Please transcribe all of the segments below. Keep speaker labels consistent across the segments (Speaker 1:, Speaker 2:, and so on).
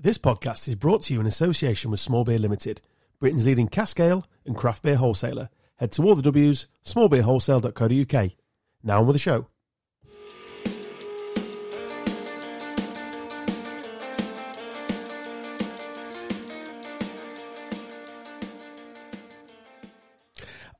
Speaker 1: This podcast is brought to you in association with Small Beer Limited, Britain's leading cask ale and craft beer wholesaler. Head to all the W's, smallbeerwholesale.co.uk. Now on with the show.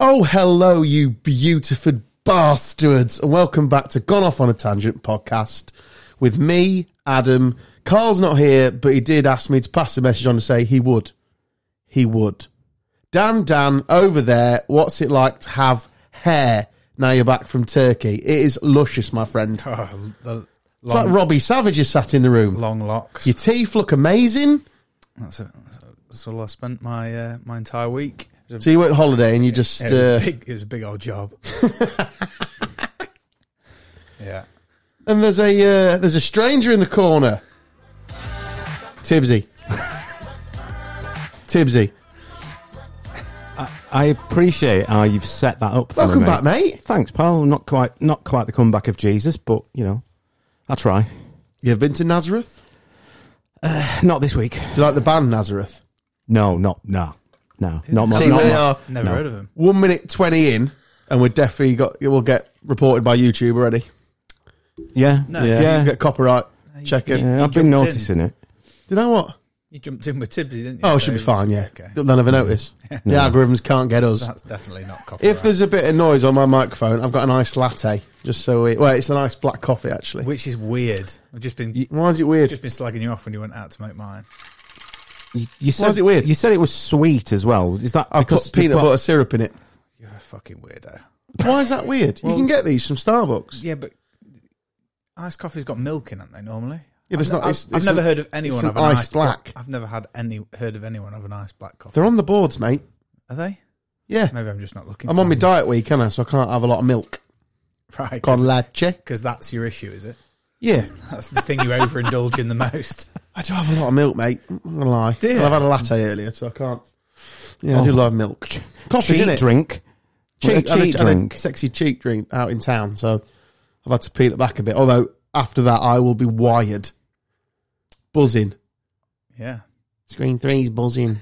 Speaker 1: Oh, hello, you beautiful bastards, and welcome back to Gone Off on a Tangent podcast with me, Adam. Carl's not here, but he did ask me to pass the message on to say he would. He would. Dan, Dan, over there, what's it like to have hair now you're back from Turkey? It is luscious, my friend. It's
Speaker 2: Oh, the
Speaker 1: like
Speaker 2: long,
Speaker 1: Robbie Savage is sat in the room.
Speaker 2: long locks.
Speaker 1: Your teeth look amazing.
Speaker 2: That's, a, that's, a- that's all I spent my uh, my entire week. It was a,
Speaker 1: So you went holiday and you just.
Speaker 2: it was a
Speaker 1: Uh,
Speaker 2: big, it was a big old job. yeah,
Speaker 1: and there's a uh, there's a stranger in the corner. Tibsy. Tibsy.
Speaker 3: I appreciate how you've set that up for
Speaker 1: Welcome
Speaker 3: me.
Speaker 1: back, mate.
Speaker 3: Thanks, pal. Not quite, not quite the comeback of Jesus, but you know, I try.
Speaker 1: You've been to Nazareth?
Speaker 3: Not this week.
Speaker 1: Do you like the band Nazareth?
Speaker 3: No, not nah, no, not my.
Speaker 1: See, uh,
Speaker 3: not
Speaker 1: we
Speaker 3: my-
Speaker 1: are
Speaker 2: never heard of him.
Speaker 1: one minute twenty in, and we're definitely got we'll get reported by YouTube already.
Speaker 3: yeah,
Speaker 2: No.
Speaker 3: yeah.
Speaker 1: You get copyright checking.
Speaker 3: Yeah, I've
Speaker 2: jumped in.
Speaker 3: been noticing it.
Speaker 1: Do you know what?
Speaker 2: You jumped in with Tibbsy, didn't you?
Speaker 1: Oh, it
Speaker 2: So
Speaker 1: should be
Speaker 2: it was-
Speaker 1: fine. Yeah,
Speaker 2: okay.
Speaker 1: they'll never notice. The algorithms can't get us.
Speaker 2: That's definitely not copyright.
Speaker 1: If there's a bit of noise on my microphone, I've got an iced latte. Just so we, well, it's a nice black coffee actually.
Speaker 2: which is weird. I've just been
Speaker 1: Why is it weird?
Speaker 2: just been slagging you off when you went out to make mine.
Speaker 3: You, you said
Speaker 1: is it weird?
Speaker 3: You said it was sweet as well. Is that
Speaker 1: I've
Speaker 3: because
Speaker 1: put peanut
Speaker 3: you put-
Speaker 1: butter syrup in it.
Speaker 2: You're a fucking weirdo.
Speaker 1: Why is that weird? you can get these from Starbucks.
Speaker 2: Yeah, but iced coffee's got milk in, haven't they? Normally.
Speaker 1: Yeah, but it's not-
Speaker 2: I've,
Speaker 1: it's-
Speaker 2: I've,
Speaker 1: it's
Speaker 2: I've never
Speaker 1: an-
Speaker 2: heard of anyone
Speaker 1: it's an
Speaker 2: have an
Speaker 1: iced
Speaker 2: iced bla-
Speaker 1: black.
Speaker 2: I've never had any heard of anyone have an iced black coffee.
Speaker 1: They're on the boards, mate.
Speaker 2: Are they?
Speaker 1: Yeah,
Speaker 2: Maybe I'm just not looking.
Speaker 1: I'm
Speaker 2: for
Speaker 1: on my
Speaker 2: them.
Speaker 1: diet week, can I? So I can't have a lot of milk.
Speaker 2: right
Speaker 1: Con leche.
Speaker 2: because that's your issue, is it?
Speaker 1: Yeah,
Speaker 2: That's the thing you overindulge in the most.
Speaker 1: I do have a lot of milk, mate. I'm not gonna lie.
Speaker 2: Do you?
Speaker 1: Well, I've had a latte earlier, so I can't. Yeah, I do love milk. Coffee,
Speaker 3: cheat
Speaker 1: innit?
Speaker 3: drink?
Speaker 1: Cheap-
Speaker 3: a
Speaker 1: I had
Speaker 3: cheat
Speaker 1: I had
Speaker 3: drink.
Speaker 1: sexy cheap drink out in town, so I've had to peel it back a bit. Although after that, I will be wired, buzzing.
Speaker 2: Yeah,
Speaker 1: Screen three's buzzing.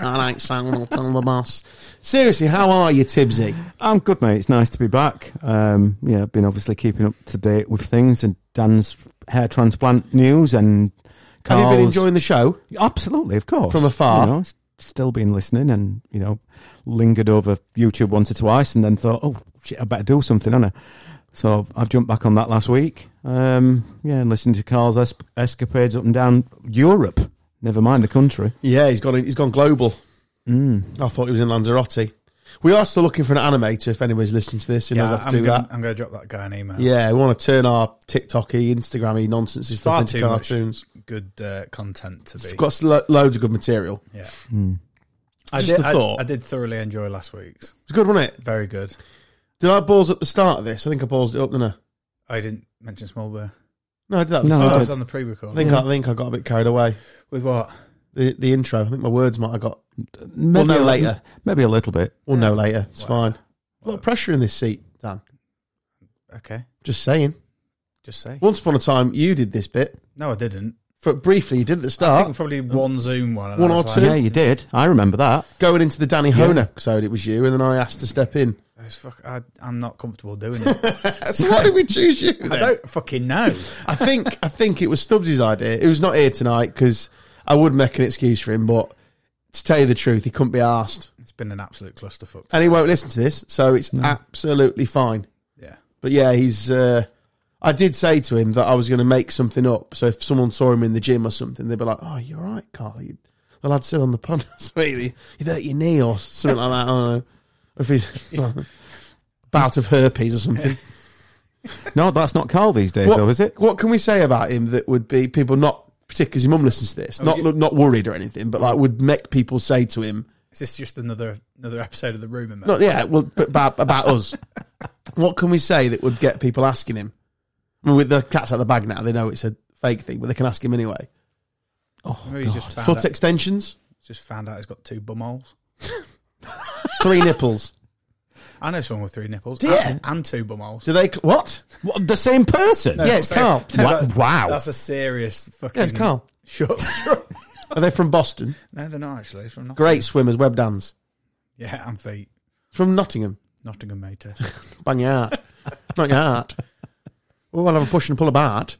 Speaker 1: I like Sam. I'll tell the boss. Seriously, how are you, Tibsy?
Speaker 3: I'm good, mate. It's nice to be back. Um, yeah, I've been obviously keeping up to date with things and Dan's hair transplant news and.
Speaker 1: Have
Speaker 3: Carl's
Speaker 1: you been enjoying the show?
Speaker 3: Absolutely, of course.
Speaker 1: From afar.
Speaker 3: You know, s- still been listening and, you know, lingered over YouTube once or twice and then thought, oh, shit, I better do something, on it. So I've jumped back on that last week. Um, yeah, and listened to Carl's es- escapades up and down Europe. Never mind the country.
Speaker 1: Yeah, he's gone. He's gone global. I thought he was in Lanzarote. We are still looking for an animator. If anyone's listening to this, who
Speaker 2: yeah.
Speaker 1: knows how to
Speaker 2: I'm,
Speaker 1: do
Speaker 2: gonna,
Speaker 1: that.
Speaker 2: I'm gonna drop that guy an email.
Speaker 1: Yeah, we want to turn our TikToky, Instagrammy nonsense and stuff
Speaker 2: Far
Speaker 1: into
Speaker 2: too much.
Speaker 1: cartoons.
Speaker 2: good uh, content to be.
Speaker 1: It's got lo- loads of good material.
Speaker 2: yeah, I
Speaker 1: Just
Speaker 2: did,
Speaker 1: a
Speaker 2: I-
Speaker 1: thought.
Speaker 2: I, did thoroughly enjoy last week's.
Speaker 1: It's good, wasn't it?
Speaker 2: Very good.
Speaker 1: Did I balls up the start of this? I think I balls it up, didn't I?
Speaker 2: I didn't mention small beer.
Speaker 1: No, I did that. at the
Speaker 3: No,
Speaker 1: start.
Speaker 2: Oh,
Speaker 3: I
Speaker 2: I
Speaker 3: did.
Speaker 2: was on the pre-record
Speaker 1: I think I think I got a bit carried away.
Speaker 2: with what?
Speaker 1: The the intro. I think my words might have got.
Speaker 3: Maybe
Speaker 1: no,
Speaker 3: a,
Speaker 1: later.
Speaker 3: Maybe a little bit.
Speaker 1: We'll know later. It's
Speaker 2: Wow.
Speaker 1: fine. A lot of pressure in this seat, Dan.
Speaker 2: Okay,
Speaker 1: Just saying.
Speaker 2: just say.
Speaker 1: Once upon a time, you did this bit.
Speaker 2: No, I didn't.
Speaker 1: For briefly, you did at the
Speaker 2: I
Speaker 1: start.
Speaker 2: think probably one Zoom one. and
Speaker 1: Ah. One
Speaker 2: I
Speaker 1: or
Speaker 2: was
Speaker 1: two?
Speaker 3: Yeah,
Speaker 2: Like,
Speaker 3: you did. I remember that.
Speaker 1: Going into the Danny Hone episode, it was you, and then I asked to step in.
Speaker 2: "It's fuck- I, I'm not comfortable doing it.
Speaker 1: So why did we choose you?
Speaker 2: I
Speaker 1: Then?
Speaker 2: don't fucking know.
Speaker 1: I think I think it was Stubbs' idea. It was not here tonight because I would make an excuse for him, but to tell you the truth, he couldn't be asked,
Speaker 2: It's been an absolute clusterfuck.
Speaker 1: and he won't listen to this, so it's absolutely fine.
Speaker 2: Yeah.
Speaker 1: But yeah, he's. Uh, I did say to him that I was going to make something up, so if someone saw him in the gym or something, they'd be like, "Oh, you're right, Carly." The lad said on the pod, "Sweetie, you hurt your knee or something like that." I don't know if he's bout of herpes or something.
Speaker 3: No, that's not Carl these days,
Speaker 1: What-
Speaker 3: though, is it?
Speaker 1: What can we say about him that would be people not particularly his mum listens to this,
Speaker 3: Oh,
Speaker 1: not
Speaker 2: you-
Speaker 1: not worried or anything, but like would make people say to him,
Speaker 2: Is this just another another episode of the rumor? Mill?
Speaker 1: not yeah, well, but about, about us. What can we say that would get people asking him? I mean, with the cats out of the bag now, they know it's a fake thing, but they can ask him anyway.
Speaker 2: Maybe he's just found,
Speaker 1: Foot
Speaker 2: out,
Speaker 1: extensions,
Speaker 2: just found out he's got two bum holes.
Speaker 1: three nipples.
Speaker 4: I know someone with three nipples.
Speaker 1: Do you?
Speaker 4: And, and two bumholes.
Speaker 1: Do they? cl- What?
Speaker 3: What, the same person?
Speaker 1: yeah, it's Carl.
Speaker 3: Wa- wow.
Speaker 4: That's a serious fucking.
Speaker 1: Yeah, it's Carl.
Speaker 4: Shut, shut.
Speaker 1: Are they from Boston?
Speaker 4: no, they're not actually. It's From Nottingham.
Speaker 1: Great swimmers, Web Dans.
Speaker 4: Yeah, and feet.
Speaker 1: From Nottingham.
Speaker 4: Nottingham Mater.
Speaker 1: Bang your heart. Not your heart. Well, I'll have a push and pull about.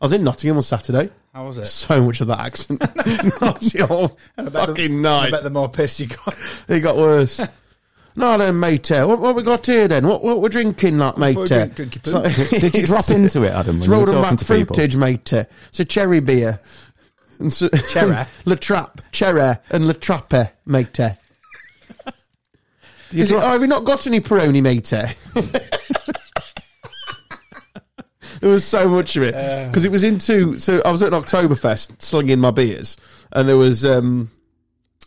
Speaker 1: I was in Nottingham on Saturday.
Speaker 4: How was it?
Speaker 1: So much of that accent. That's your fucking
Speaker 4: I
Speaker 1: night.
Speaker 4: bet the more pissed you got.
Speaker 1: It got worse. No then, mate. What, what we got here then? What what we're drinking, like, mate?
Speaker 4: we drink- drink your poo.
Speaker 3: Did you drop into it, Adam? When
Speaker 1: It's
Speaker 3: you were
Speaker 1: Roland
Speaker 3: talking
Speaker 1: Mac
Speaker 3: to people.
Speaker 1: fruitage, mate. It's a cherry beer. And so,
Speaker 4: Cherry?
Speaker 1: La Trappe, Cherry, and La Trappe, mate.
Speaker 3: Did you
Speaker 1: Is it,
Speaker 3: drop-
Speaker 1: oh, have you not got any Peroni, mate? there was so much of it because it was into. So I was at an Oktoberfest slinging my beers, and there was um,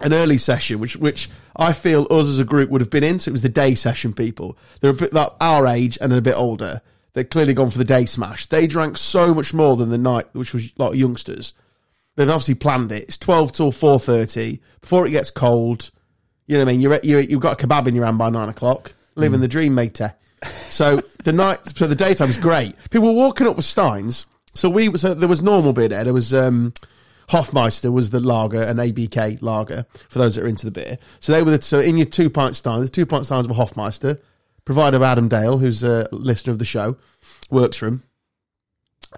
Speaker 1: an early session, which which I feel us as a group would have been in. So it was the day session people. They're a bit like our age and a bit older. They'd clearly gone for the day smash. They drank so much more than the night, which was like youngsters. They've obviously planned it. It's twelve till four thirty before it gets cold. You know what I mean? You're, you're you've got a kebab in your hand by nine o'clock, living the dream, mater. So the night, so the daytime's great. People were walking up with steins. So we, so there was normal beer there. There was um, Hofmeister was the lager and ABK lager for those that are into the beer. So they were the, so in your two pint steins. The two pint steins were Hofmeister, provided by Adam Dale, who's a listener of the show, works for him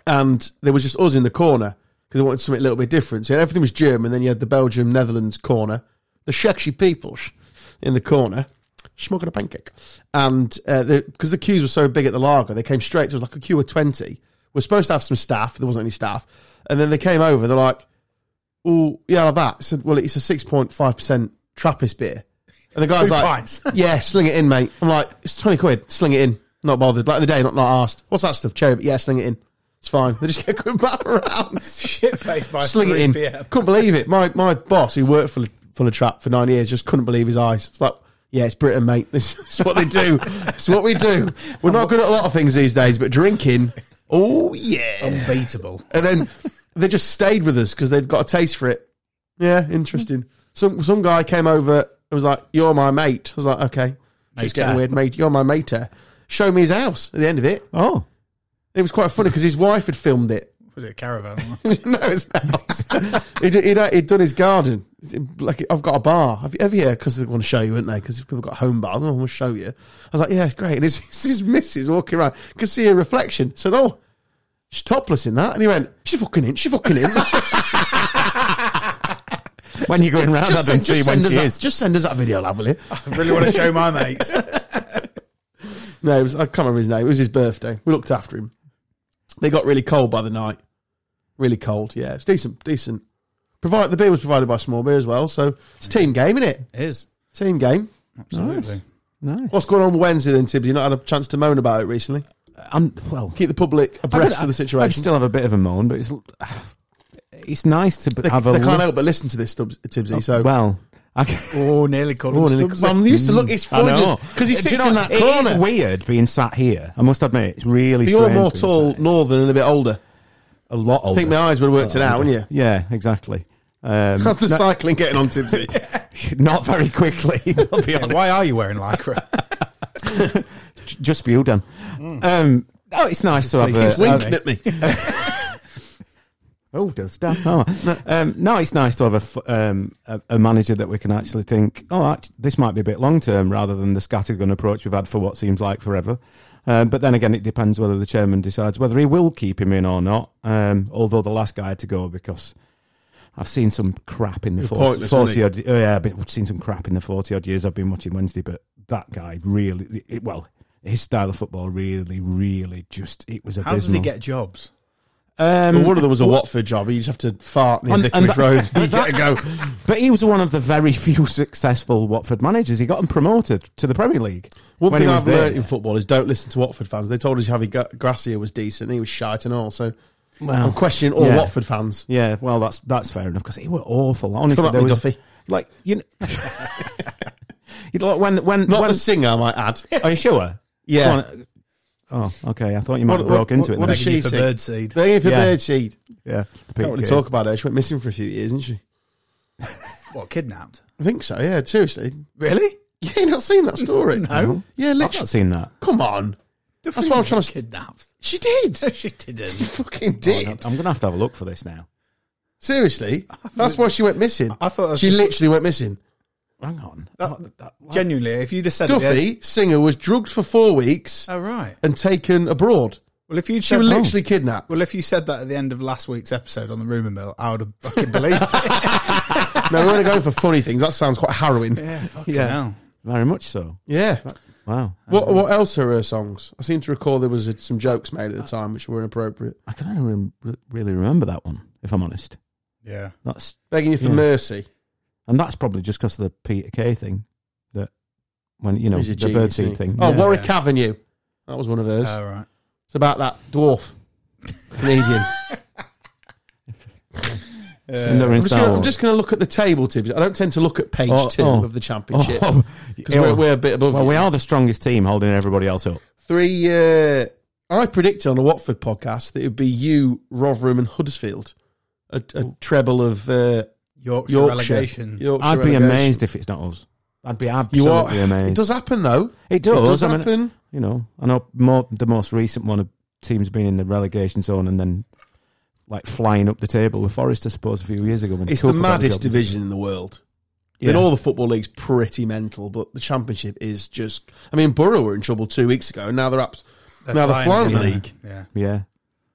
Speaker 1: and there was just us in the corner because they wanted something a little bit different. So you had- everything was German, then you had the Belgium Netherlands corner, the Shekshi people sh- in the corner smoking a pancake, and because the, 'cause the queues were so big at the lager, they came straight. to was like a queue of twenty. We're supposed to have some staff. There wasn't any staff, and then they came over. They're like, "Oh, yeah, I'll have that." I said, "Well, it's a six point five percent Trappist beer," and the guy's
Speaker 4: Two
Speaker 1: like,
Speaker 4: pints.
Speaker 1: yeah, sling it in, mate. I'm like, it's 20 quid, sling it in. Not bothered. Like the day, not, not asked. What's that stuff? Cherry, yeah, sling it in. It's fine. They just get going back around.
Speaker 4: Shit faced by
Speaker 1: sling it in.
Speaker 4: PM.
Speaker 1: Couldn't believe it. My my boss, who worked for for a trap for nine years, just couldn't believe his eyes. It's like, yeah, it's Britain, mate. This is what they do. it's what we do. We're not good at a lot of things these days, but drinking, oh yeah.
Speaker 4: Unbeatable.
Speaker 1: And then they just stayed with us because they'd got a taste for it. Yeah, interesting. Some some guy came over and was like, "You're my mate." I was like, "Okay." It's getting
Speaker 4: Mater.
Speaker 1: weird, mate. You're my mater. Show me his house at the end of it.
Speaker 3: Oh,
Speaker 1: It was quite funny because his wife had filmed it.
Speaker 4: Was it a caravan?
Speaker 1: no, his house. he'd, he'd, he'd done his garden. Like, I've got a bar. Have you ever, yeah, because they want to show you, wouldn't they? Because people got home bars. Oh, I want to show you. I was like, yeah, it's great. And it's, it's his missus walking around. Could see her reflection. Said, oh, she's topless in that. And he went, she fucking in, she fucking in.
Speaker 3: when you're going round, Adam,
Speaker 1: just
Speaker 3: see when
Speaker 1: send us
Speaker 3: she
Speaker 1: that-
Speaker 3: is.
Speaker 1: Just send us that video, lad, will you?
Speaker 4: I really want to show my mates.
Speaker 1: No, it was, I can't remember his name. It was his birthday. We looked after him. They got really cold by the night. Really cold. Yeah, it's decent. Decent. Provide the beer was provided by Small Beer as well, so it's a team game, isn't it?
Speaker 4: It is.
Speaker 1: Team game.
Speaker 4: Absolutely.
Speaker 3: Nice.
Speaker 1: What's going on with Wednesday then, Tibbs? You not had a chance to moan about it recently.
Speaker 3: I'm, well,
Speaker 1: Keep the public
Speaker 3: I
Speaker 1: abreast
Speaker 3: could-
Speaker 1: of the
Speaker 3: I
Speaker 1: situation.
Speaker 3: still have a bit of a moan, but it's it's nice to
Speaker 1: They,
Speaker 3: have a
Speaker 1: they can't
Speaker 3: look-
Speaker 1: help but listen to this, Stubbs, Tibbsy. So
Speaker 3: well. I can,
Speaker 4: Oh, nearly called
Speaker 1: Oh,
Speaker 4: him
Speaker 1: and he-
Speaker 4: Stubbs.
Speaker 1: well, I'm used to look. It's because he
Speaker 3: Do
Speaker 1: sits
Speaker 3: you know,
Speaker 1: in that
Speaker 3: it
Speaker 1: corner.
Speaker 3: is weird being sat here. I must admit, it's really
Speaker 1: You're
Speaker 3: strange.
Speaker 1: more
Speaker 3: being
Speaker 1: tall,
Speaker 3: sat here.
Speaker 1: northern, and a bit older.
Speaker 3: a lot
Speaker 1: I
Speaker 3: older.
Speaker 1: think my eyes would have worked it out, wouldn't you?
Speaker 3: yeah, exactly. Um,
Speaker 1: How's the cycling getting on, Tibbsy?
Speaker 3: not very quickly. I'll be honest.
Speaker 4: Why are you wearing lycra?
Speaker 3: Just for you, Dan.
Speaker 1: Mm.
Speaker 3: Um, oh, it's nice to have.
Speaker 1: He's
Speaker 3: A,
Speaker 1: winking at me.
Speaker 3: oh, does Dan? Oh. Um, no, it's nice to have a, f- um, a, a manager that we can actually think. Oh, act- this might be a bit long term, rather than the scattergun approach we've had for what seems like forever. Um, but then again, it depends whether the chairman decides whether he will keep him in or not. Um, although the last guy had to go because I've seen some crap in the forty,
Speaker 1: pointless, isn't
Speaker 3: 40
Speaker 1: he?
Speaker 3: odd. Oh yeah, but I've seen some crap in the forty odd years I've been watching Wednesday. But that guy really, it, well, his style of football really, really just it was abysmal.
Speaker 4: How does he get jobs?
Speaker 3: Um,
Speaker 1: Well, one of them was a Watford job. You just have to fart near
Speaker 3: And-
Speaker 1: Vicarage
Speaker 3: and that-
Speaker 1: Road. You get to go.
Speaker 3: But he was one of the very few successful Watford managers. He got him promoted to the Premier League
Speaker 1: One
Speaker 3: when
Speaker 1: thing
Speaker 3: he was
Speaker 1: I've
Speaker 3: there.
Speaker 1: learned in football is don't listen to Watford fans. They told us Javi Gra- Gracia was decent. He was shite and all. So
Speaker 3: Well,
Speaker 1: I'm questioning all
Speaker 3: yeah.
Speaker 1: Watford fans.
Speaker 3: Yeah, well, that's that's fair enough because he were awful. Honestly,
Speaker 1: Come at
Speaker 3: there
Speaker 1: me,
Speaker 3: was
Speaker 1: Duffy.
Speaker 3: like you. Know, you know, like when when
Speaker 1: Not
Speaker 3: when,
Speaker 1: the singer, I might add.
Speaker 3: are you sure?
Speaker 1: Yeah.
Speaker 3: Go on. Oh, okay. I thought you might
Speaker 1: What-
Speaker 3: have broke
Speaker 1: what-
Speaker 3: into it.
Speaker 1: what
Speaker 3: then.
Speaker 1: does she
Speaker 4: Begging you for
Speaker 1: say?
Speaker 4: bird seed.
Speaker 1: Begging for
Speaker 3: Yeah.
Speaker 1: birdseed.
Speaker 3: yeah, the
Speaker 1: Don't want to
Speaker 3: Peter
Speaker 1: talk
Speaker 3: Gaze.
Speaker 1: about her. She went missing for a few years, didn't she?
Speaker 4: What, kidnapped?
Speaker 1: I think so, yeah, seriously.
Speaker 4: Really?
Speaker 1: Yeah, you know not seen that story?
Speaker 4: No.
Speaker 1: Yeah,
Speaker 3: I've
Speaker 1: literally.
Speaker 3: not seen that.
Speaker 1: Come on. That's what I'm trying to.
Speaker 4: Kidnapped.
Speaker 1: She did.
Speaker 4: she didn't.
Speaker 1: Fucking
Speaker 3: I'm
Speaker 1: did.
Speaker 3: going to have to have a look for this now.
Speaker 1: Seriously, that's why she went missing.
Speaker 4: I thought that's
Speaker 1: she
Speaker 4: just-
Speaker 1: literally went missing.
Speaker 3: Hang on.
Speaker 4: That- Genuinely, if you'd have said it,
Speaker 1: Duffy Singer was drugged for four weeks
Speaker 4: yeah. Oh right.
Speaker 1: and taken abroad.
Speaker 4: Well, if you'd
Speaker 1: She
Speaker 4: said,
Speaker 1: was literally kidnapped.
Speaker 4: well, if you said that at the end of last week's episode on the rumor mill, I would have fucking believed it.
Speaker 1: no, we're only going for funny things. That sounds quite harrowing.
Speaker 4: yeah, fucking
Speaker 3: Yeah.
Speaker 4: hell.
Speaker 3: Very much so.
Speaker 1: Yeah.
Speaker 3: Wow.
Speaker 1: What What else are her songs? I seem to recall there was uh, some jokes made at the time which were inappropriate,
Speaker 3: I can't even re- really remember that one, if I'm honest.
Speaker 4: Yeah.
Speaker 3: That's
Speaker 1: begging you for
Speaker 3: Yeah.
Speaker 1: mercy.
Speaker 3: And that's probably just because of the Peter Kay thing that when, you know,
Speaker 1: He's a
Speaker 3: the
Speaker 1: genius, isn't
Speaker 3: birdseed
Speaker 1: he?
Speaker 3: thing.
Speaker 1: Oh,
Speaker 3: yeah. Uh,
Speaker 1: Warwick Avenue. That was one of hers.
Speaker 4: All right.
Speaker 1: it's about that dwarf Canadian.
Speaker 3: And they're in
Speaker 1: I'm just
Speaker 3: Star
Speaker 1: gonna- I'm
Speaker 3: Wars.
Speaker 1: just going to look at the table, Tibbs. I don't tend to look at page
Speaker 3: Oh,
Speaker 1: two
Speaker 3: oh.
Speaker 1: of the championship
Speaker 3: Oh,
Speaker 1: because
Speaker 3: yeah,
Speaker 1: we're, we're a bit above.
Speaker 3: well,
Speaker 1: you.
Speaker 3: we are the strongest team holding everybody else up.
Speaker 1: Three. Uh, I predicted on the Watford podcast that it would be you, Rotherham, and Huddersfield, a, a treble of uh,
Speaker 4: Yorkshire,
Speaker 1: Yorkshire.
Speaker 4: relegation.
Speaker 1: Yorkshire
Speaker 3: I'd be
Speaker 1: relegation.
Speaker 3: amazed if it's not us. I'd be
Speaker 1: You are.
Speaker 3: absolutely amazed.
Speaker 1: It does happen though.
Speaker 3: It does.
Speaker 1: it does
Speaker 3: I mean,
Speaker 1: happen.
Speaker 3: you know, I know more, the most recent one of teams being in the relegation zone and then like flying up the table with Forest, I suppose, a few years ago. When
Speaker 1: it's the
Speaker 3: Cooper got
Speaker 1: maddest
Speaker 3: job.
Speaker 1: division in the word.
Speaker 3: Yeah.
Speaker 1: I mean, all the football league's pretty mental, but the championship is just. I mean, Borough were in trouble two weeks ago, and now they're up. now they're flying the
Speaker 3: yeah.
Speaker 1: league.
Speaker 4: Yeah.
Speaker 3: yeah,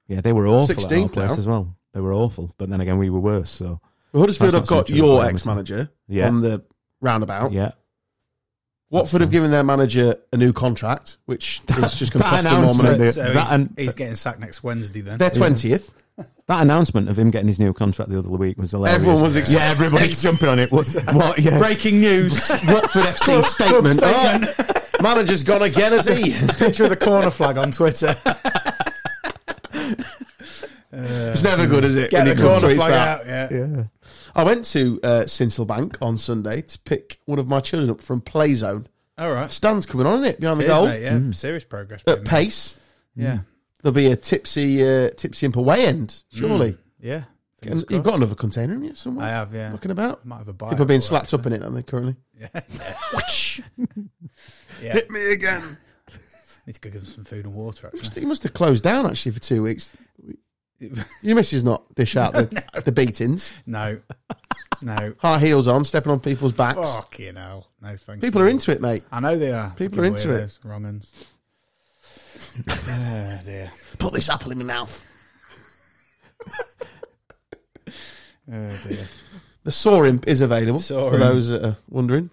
Speaker 3: yeah, they were awful at our
Speaker 1: 16th
Speaker 3: place
Speaker 1: now.
Speaker 3: as well. They were awful, but then again, we were worse. So
Speaker 1: Well, Huddersfield have
Speaker 3: That's not
Speaker 1: got
Speaker 3: so much of a
Speaker 1: your
Speaker 3: problem, is it?
Speaker 1: ex-manager
Speaker 3: Yeah.
Speaker 1: on the roundabout.
Speaker 3: yeah,
Speaker 1: Watford have
Speaker 3: fine.
Speaker 1: given their manager a new contract, which is just going to cost
Speaker 3: That
Speaker 1: them more
Speaker 3: announcement.
Speaker 1: money.
Speaker 3: Yeah,
Speaker 4: So
Speaker 3: that
Speaker 4: he's,
Speaker 3: and-
Speaker 4: he's getting sacked next Wednesday then.
Speaker 1: They're twentieth.
Speaker 3: that announcement of him getting his new contract the other week was hilarious.
Speaker 1: Everyone was excited.
Speaker 3: yeah, everybody's jumping on it. What? what yeah,
Speaker 4: Breaking news.
Speaker 1: Watford FC statement. Oh, manager's gone again, has he?
Speaker 4: Picture of the corner flag on Twitter.
Speaker 1: It's never good, is it?
Speaker 4: Get
Speaker 1: when
Speaker 4: the
Speaker 1: you come to
Speaker 4: corner
Speaker 1: it, it's
Speaker 4: flag
Speaker 1: that.
Speaker 4: out. Yeah.
Speaker 3: yeah.
Speaker 1: I went to uh, Sinsel Bank on Sunday to pick one of my children up from Play Zone.
Speaker 4: All right.
Speaker 1: Stan's coming on, isn't it? Behind the
Speaker 4: Cheers,
Speaker 1: goal.
Speaker 4: mate, yeah. Serious progress.
Speaker 1: At
Speaker 4: mate.
Speaker 1: pace.
Speaker 4: Yeah.
Speaker 1: There'll be a tipsy, uh, tipsy and away end, surely.
Speaker 4: Yeah.
Speaker 1: And
Speaker 4: Fingers
Speaker 1: you've
Speaker 4: Mm, crossed.
Speaker 1: got another container in you somewhere.
Speaker 4: I have, yeah.
Speaker 1: Looking about.
Speaker 4: Might have a buy.
Speaker 1: People are being
Speaker 4: out for
Speaker 1: slapped up in it, aren't they, currently?
Speaker 4: it. Yeah.
Speaker 1: me again.
Speaker 4: Need to go give them some food and water, actually.
Speaker 1: You must have closed down, actually, for two weeks. Your missus not dish out the, the beatings.
Speaker 4: No. No.
Speaker 1: High heels on, stepping on people's backs.
Speaker 4: Fucking hell. No, thank
Speaker 1: People
Speaker 4: you.
Speaker 1: are into it, mate.
Speaker 4: I know they are.
Speaker 1: People
Speaker 4: Fucking
Speaker 1: are into it.
Speaker 4: weirdos, Wrong ends. oh, dear.
Speaker 1: Put this apple in my mouth.
Speaker 4: Oh, dear.
Speaker 1: The Sorimp is available for
Speaker 4: Sorimp.
Speaker 1: those that are wondering.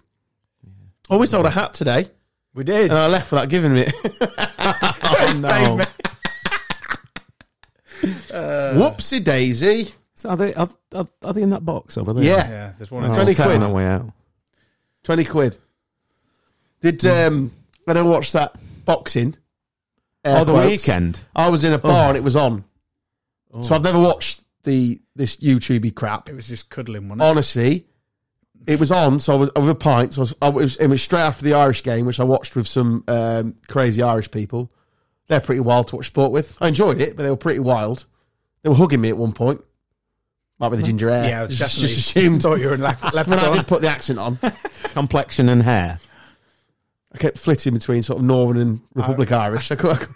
Speaker 1: Oh, we sold a hat today,
Speaker 4: We did.
Speaker 1: and I left without giving it.
Speaker 3: Oh, no. Uh.
Speaker 1: Whoopsie daisy.
Speaker 3: So are they are, are, are they in that box over there?
Speaker 1: Yeah,
Speaker 4: yeah. There's
Speaker 3: Oh,
Speaker 4: one. in
Speaker 3: I'll
Speaker 1: 20
Speaker 3: take them
Speaker 1: quid.
Speaker 3: on the way out.
Speaker 1: 20 quid. Did,
Speaker 3: Hmm.
Speaker 1: um, I don't watch that boxing. air
Speaker 3: Oh, the
Speaker 1: quotes.
Speaker 3: weekend.
Speaker 1: I was in a bar
Speaker 3: Oh.
Speaker 1: and it was on. So I've never watched the this YouTubey crap.
Speaker 4: It was just cuddling, wasn't it?
Speaker 1: Oh. Honestly, it was on, so I was over a pint. So I was, I was, it was straight after the Irish game, which I watched with some um, crazy Irish people. They're pretty wild to watch sport with. I enjoyed it, but they were pretty wild. They were hugging me at one point. Might be the ginger hair.
Speaker 4: Yeah, I was
Speaker 1: just,
Speaker 4: definitely-
Speaker 1: just assumed.
Speaker 4: thought you were in lap-
Speaker 1: When I
Speaker 4: leprechaun.
Speaker 1: did put the accent on,
Speaker 3: Complexion and hair.
Speaker 1: I kept flitting between sort of Northern and Republic Irish. I, could, I, could,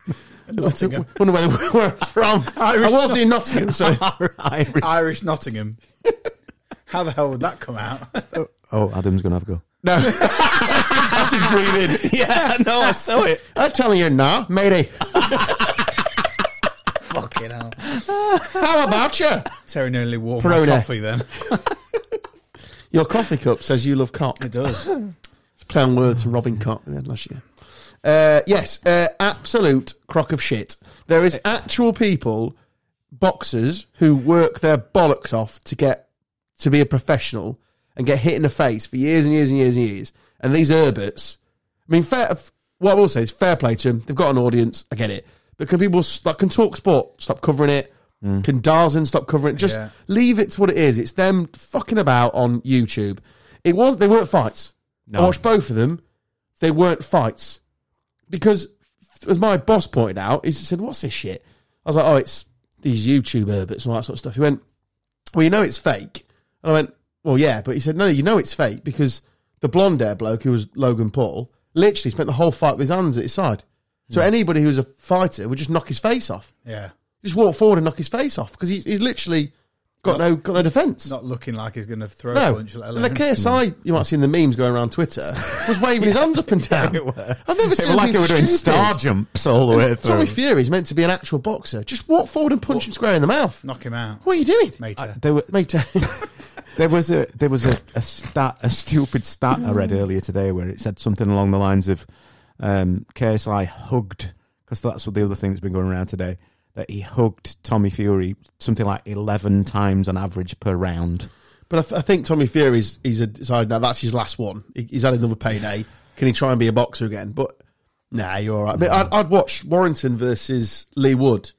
Speaker 1: I
Speaker 4: Nottingham.
Speaker 1: wonder where, they were- where I'm from.
Speaker 4: Irish
Speaker 1: I was in Nottingham, so
Speaker 3: Irish.
Speaker 4: Irish Nottingham. How the hell would that come out?
Speaker 3: Oh, Adam's going to have a go.
Speaker 1: no. I didn't breathe in.
Speaker 3: Yeah, no, I saw it.
Speaker 1: I'm telling you now, matey.
Speaker 4: Fucking hell.
Speaker 1: How about you?
Speaker 4: Terry nearly wore
Speaker 1: Peroni.
Speaker 4: my coffee then.
Speaker 1: Your coffee cup says you love cock.
Speaker 4: It does.
Speaker 1: It's playing words from Robin Cock that we had last year. Uh, yes, uh, absolute crock of shit. There is actual people, boxers, who work their bollocks off to get to be a professional and get hit in the face for years and years and years and years. And these Herberts, I mean, fair. What I will say is fair play to them. They've got an audience. I get it. But can people like, can talk sport stop covering it? Can Darzan stop covering it? Just
Speaker 4: Yeah.
Speaker 1: leave it to what it is. It's them fucking about on YouTube. It was they weren't fights. I watched both of them. They weren't fights because, as my boss pointed out, he said, "What's this shit?" I was like, "Oh, it's these YouTube Herberts and all that sort of stuff." He went, "Well, you know it's fake," and I went, "Well, yeah," but he said, "No, you know it's fake because the blonde hair bloke who was Logan Paul literally spent the whole fight with his hands at his side. So
Speaker 4: Hmm.
Speaker 1: anybody who was a fighter would just knock his face off.
Speaker 4: Yeah.
Speaker 1: Just walk forward and knock his face off because he's, he's literally got no got no defense.
Speaker 4: Not looking like he's going to throw a
Speaker 1: No,
Speaker 4: punch, let
Speaker 1: and the
Speaker 4: alone. Hmm.
Speaker 1: KSI you might have seen the memes going around Twitter was waving his hands up and down.
Speaker 3: It were.
Speaker 1: I think it was
Speaker 3: It were like
Speaker 1: something
Speaker 3: it were doing
Speaker 1: stupid.
Speaker 3: star jumps all the way
Speaker 1: Tommy
Speaker 3: through.
Speaker 1: Fury's meant to be an actual boxer. Just walk forward and punch him square in the mouth.
Speaker 4: Knock him out.
Speaker 1: What are you doing,
Speaker 4: Mate.
Speaker 3: There, were,
Speaker 1: mate?
Speaker 3: there was a there was a, a stat a stupid stat I
Speaker 1: Mm.
Speaker 3: read earlier today where it said something along the lines of um, KSI hugged because that's what the other thing that's been going around today that he hugged Tommy Fury something like eleven times on average per round.
Speaker 1: But I, th- I think Tommy Fury's he's a, decided now that's his last one. He, he's had another payday. Can he try and be a boxer again? But nah, you're all right. But I'd, I'd watch Warrington versus Lee Wood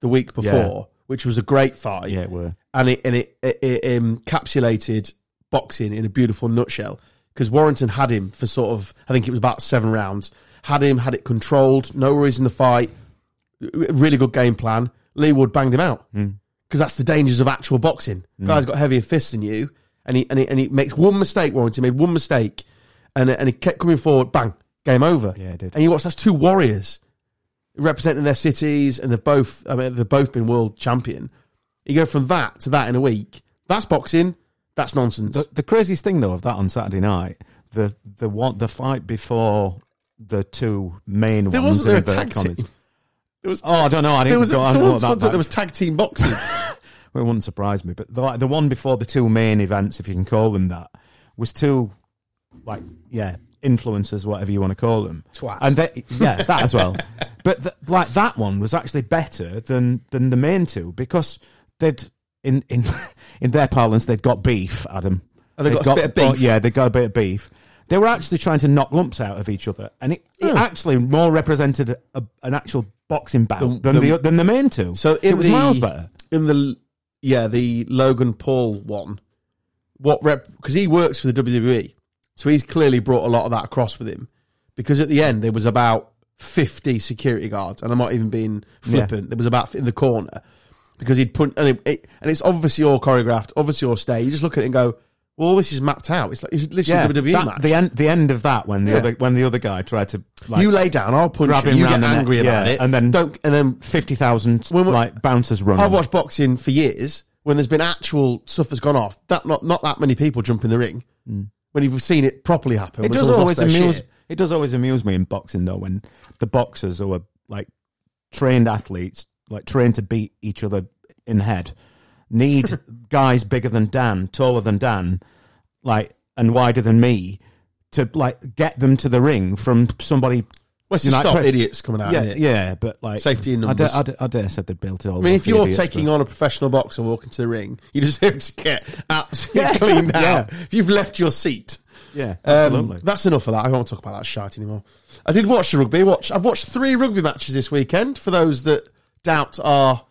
Speaker 1: the week before, which was a great fight.
Speaker 3: Yeah, it were.
Speaker 1: and it and it, it, it encapsulated boxing in a beautiful nutshell because Warrington had him for sort of I think it was about seven rounds. Had him, had it controlled, no worries in the fight. Really good game plan. Lee Wood banged him out
Speaker 3: Mm.
Speaker 1: because that's the dangers of actual boxing. Guy's got heavier fists than you, and he and he, and he makes one mistake. Warrington made one mistake, and and he kept coming forward. Bang, game over.
Speaker 3: Yeah, it did.
Speaker 1: And you watch that's two warriors representing their cities, and they've both I mean they've both been world champion. You go from that to that in a week. That's boxing. That's nonsense.
Speaker 3: The, the craziest thing though of that on Saturday night, the the one the fight before the two main
Speaker 1: There
Speaker 3: ones
Speaker 1: wasn't there
Speaker 3: in
Speaker 1: a
Speaker 3: inverted
Speaker 1: tag team?
Speaker 3: commas.
Speaker 1: There was
Speaker 3: Oh, I don't know. I
Speaker 1: there
Speaker 3: didn't
Speaker 1: was
Speaker 3: go. I don't know
Speaker 1: someone
Speaker 3: what that
Speaker 1: told us that
Speaker 3: meant.
Speaker 1: there was tag team boxing.
Speaker 3: Well, it wouldn't surprise me, but the, like, the one before the two main events, if you can call them that, was two, like, yeah, influencers, whatever you want to call them.
Speaker 4: Twats.
Speaker 3: And they, yeah, that as well. But th- like that one was actually better than than the main two because they'd in in in their parlance they'd got beef, Adam.
Speaker 1: Oh, they
Speaker 3: They'd
Speaker 1: got a bit of beef?
Speaker 3: oh, yeah, they got a bit of beef. They were actually trying to knock lumps out of each other, and it, it
Speaker 1: Oh.
Speaker 3: actually more represented a, an actual boxing bout
Speaker 1: The-
Speaker 3: than
Speaker 1: the-
Speaker 3: the, than the main two.
Speaker 1: So in
Speaker 3: it was
Speaker 1: the,
Speaker 3: miles better.
Speaker 1: In the yeah, the Logan Paul one. What rep? Because he works for the WWE, so he's clearly brought a lot of that across with him. Because at the end there was about fifty security guards, and I'm not even being flippant. There was about in the corner because he'd put and it, it- and it's obviously all choreographed, obviously all staged. You just look at it and go, "Well, this is mapped out. It's like it's literally a WWE
Speaker 3: that-
Speaker 1: E match."
Speaker 3: The end, the end of that when the
Speaker 1: Yeah.
Speaker 3: other when the other guy tried to like
Speaker 1: you lay down, I'll punch
Speaker 3: Grab
Speaker 1: you.
Speaker 3: him
Speaker 1: You
Speaker 3: round
Speaker 1: get
Speaker 3: the neck,
Speaker 1: angry about
Speaker 3: yeah,
Speaker 1: it,
Speaker 3: and then-
Speaker 1: don't, and then
Speaker 3: fifty thousand
Speaker 1: When we-
Speaker 3: like bouncers run.
Speaker 1: I've watched boxing for years. When there's been actual stuff that's gone off, that not not that many people jump in the ring. When you've seen it properly happen,
Speaker 3: Mm.
Speaker 1: when
Speaker 3: it does
Speaker 1: someone's
Speaker 3: always
Speaker 1: lost their
Speaker 3: amuse.
Speaker 1: shit.
Speaker 3: It does always amuse me in boxing though when the boxers who are like trained athletes, like trained to beat each other in head, need guys bigger than Dan, taller than Dan, like and wider than me. To like get them to the ring from somebody,
Speaker 1: What's
Speaker 3: You
Speaker 1: to
Speaker 3: know,
Speaker 1: stop
Speaker 3: like-
Speaker 1: idiots coming out?
Speaker 3: yeah,
Speaker 1: Yeah,
Speaker 3: yeah, but like
Speaker 1: Safety in
Speaker 3: I
Speaker 1: numbers.
Speaker 3: dare, I dare, I dare said they built it all.
Speaker 1: I mean, if you're taking on a professional boxer walking to the ring, you deserve to get absolutely
Speaker 3: Yeah.
Speaker 1: cleaned out.
Speaker 3: Yeah.
Speaker 1: If you've left your seat,
Speaker 3: yeah,
Speaker 1: Um,
Speaker 3: absolutely.
Speaker 1: that's enough of that. I don't want to talk about that shite anymore. I did watch the rugby. Watch. I've watched three rugby matches this weekend. For those that doubt our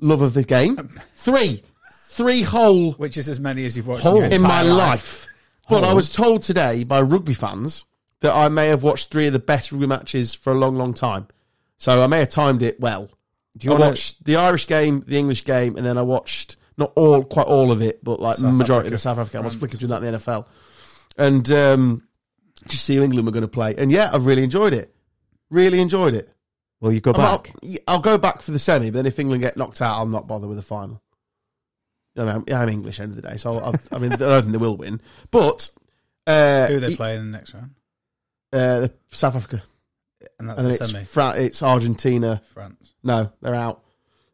Speaker 1: love of the game, three, three whole
Speaker 4: Which is as many as you've watched
Speaker 1: Hole
Speaker 4: in, your
Speaker 1: in my
Speaker 4: entire
Speaker 1: life.
Speaker 4: life.
Speaker 1: But I was told today by rugby fans that I may have watched three of the best rugby matches for a long, long time. So I may have timed it well.
Speaker 3: Do you
Speaker 1: I
Speaker 3: wanna-
Speaker 1: watched the Irish game, the English game, and then I watched not all, quite all of it, but like majority of the South Africa. I was flicking through that in the NFL, and um, just see who England were going to play. And yeah, I've really enjoyed it. Really enjoyed it.
Speaker 3: Will you go
Speaker 1: I'm-
Speaker 3: back?
Speaker 1: I'll, I'll go back for the semi, but then if England get knocked out, I'll not bother with the final. I mean, I'm, yeah, I'm English end of the day, so I'll, I'll, I mean, I don't think they will win. But uh,
Speaker 4: Who are they
Speaker 1: y-
Speaker 4: playing in the next round?
Speaker 1: uh, South Africa,
Speaker 4: And that's
Speaker 1: and then
Speaker 4: the semi.
Speaker 1: it's, Fra- it's Argentina.
Speaker 4: France.
Speaker 1: No, they're out.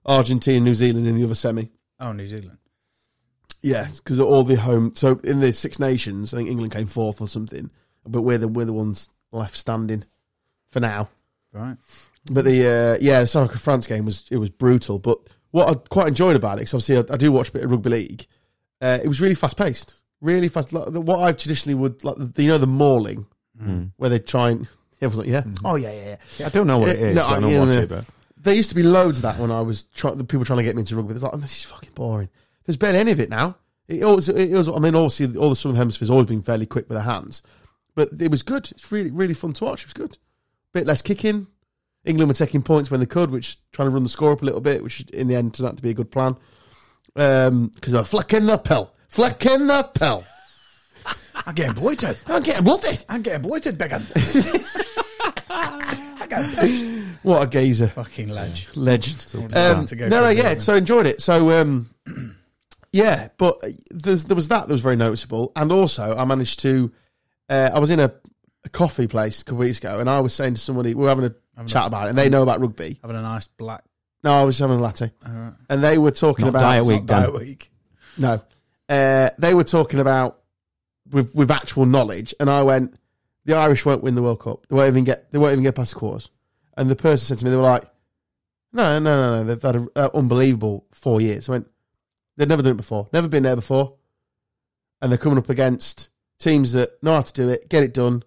Speaker 1: Argentina, New Zealand in the other semi.
Speaker 4: Oh, New Zealand.
Speaker 1: Yes, because all the home. So in the Six Nations, I think England came fourth or something, but we're the we're the ones left standing for now.
Speaker 4: Right.
Speaker 1: But the uh, yeah, the South Africa France game was it was brutal. But what I quite enjoyed about it, because obviously I, I do watch a bit of rugby league, uh, it was really fast paced, really fast. Like, the- what I traditionally would like, the, you know, the mauling where they try and everyone's like, yeah, Mm. oh yeah, yeah, yeah.
Speaker 3: I don't know what it
Speaker 1: Yeah,
Speaker 3: is.
Speaker 1: no,
Speaker 3: so Uh, I
Speaker 1: I-
Speaker 3: don't
Speaker 1: yeah,
Speaker 3: watch
Speaker 1: no.
Speaker 3: it, but
Speaker 1: There used to be loads of that when I was try- the people trying to get me into rugby. It's like, oh, this is fucking boring. There's barely any of it now. It always, it was, I mean, obviously, all the Southern Hemisphere's always been fairly quick with their hands, but it was good. It's really, really fun to watch. It was good. Bit less kicking. England were taking points when they could, which trying to run the score up a little bit, which in the end turned out to be a good plan. Um, Because they were flicking the pill, flicking the pill.
Speaker 2: I'm getting bloated.
Speaker 1: I'm getting bloody.
Speaker 2: I'm getting bloated, big un. I got
Speaker 1: What a geezer.
Speaker 2: fucking ledge.
Speaker 1: Legend.
Speaker 4: down
Speaker 1: Um,
Speaker 4: to go
Speaker 1: no,
Speaker 4: for
Speaker 1: no,
Speaker 4: a
Speaker 1: yeah.
Speaker 4: bit,
Speaker 1: So I enjoyed it. So um, yeah, but there's, there was that that was very noticeable, and also I managed to. Uh, I was in a, a coffee place a couple weeks ago, and I was saying to somebody we were having a chat about it, and they know about rugby.
Speaker 4: Having a nice black.
Speaker 1: No, I was having a latte,
Speaker 4: All right.
Speaker 1: and they were talking
Speaker 3: Not
Speaker 1: about
Speaker 3: diet week,
Speaker 2: That
Speaker 3: Dan.
Speaker 2: week.
Speaker 1: No, uh, they were talking about with with actual knowledge, and I went, the Irish won't win the World Cup. They won't even get they won't even get past the quarters. And the person said to me, they were like, no, no, no, no, they've had an unbelievable four years. I went, they've never done it before, never been there before, and they're coming up against teams that know how to do it, get it done.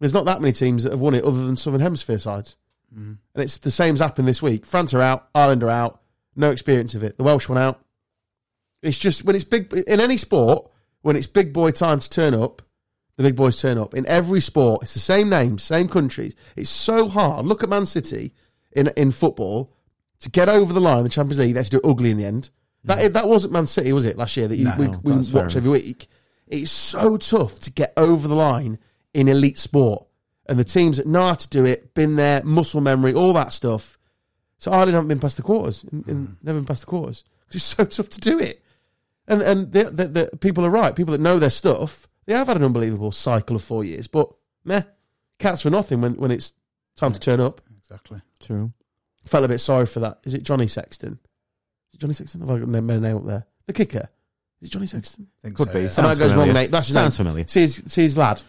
Speaker 1: There's not that many teams that have won it other than Southern Hemisphere sides. And it's the same's happened this week. France are out, Ireland are out, no experience of it. The Welsh one out. It's just when it's big in any sport, when it's big boy time to turn up, the big boys turn up. In every sport, it's the same names, same countries. It's so hard. Look at Man City in in football to get over the line in the Champions League. They had to do it ugly in the end. That that wasn't Man City, was it last year that you, we, we
Speaker 3: that's
Speaker 1: watch
Speaker 3: fair
Speaker 1: every week? It's so tough to get over the line in elite sport, and the teams that know how to do it, been there, muscle memory, all that stuff. So Ireland haven't been past the quarters, and,
Speaker 3: Hmm.
Speaker 1: and never been past the quarters. 'Cause It's so tough to do it. And and the, the, the people are right. People that know their stuff, they have had an unbelievable cycle of four years. But meh, cats for nothing when, when it's time to turn up.
Speaker 4: Exactly.
Speaker 3: True.
Speaker 1: Felt a bit sorry for that. Is it Johnny Sexton? Is it Johnny Sexton? Have I got their name up there? The kicker. Is it Johnny Sexton?
Speaker 4: Think
Speaker 3: Could
Speaker 4: so,
Speaker 3: be.
Speaker 4: yeah.
Speaker 3: Sounds
Speaker 1: And that goes wrong,
Speaker 3: familiar.
Speaker 1: mate. That's his name.
Speaker 3: Sounds familiar.
Speaker 1: See his, see his lad.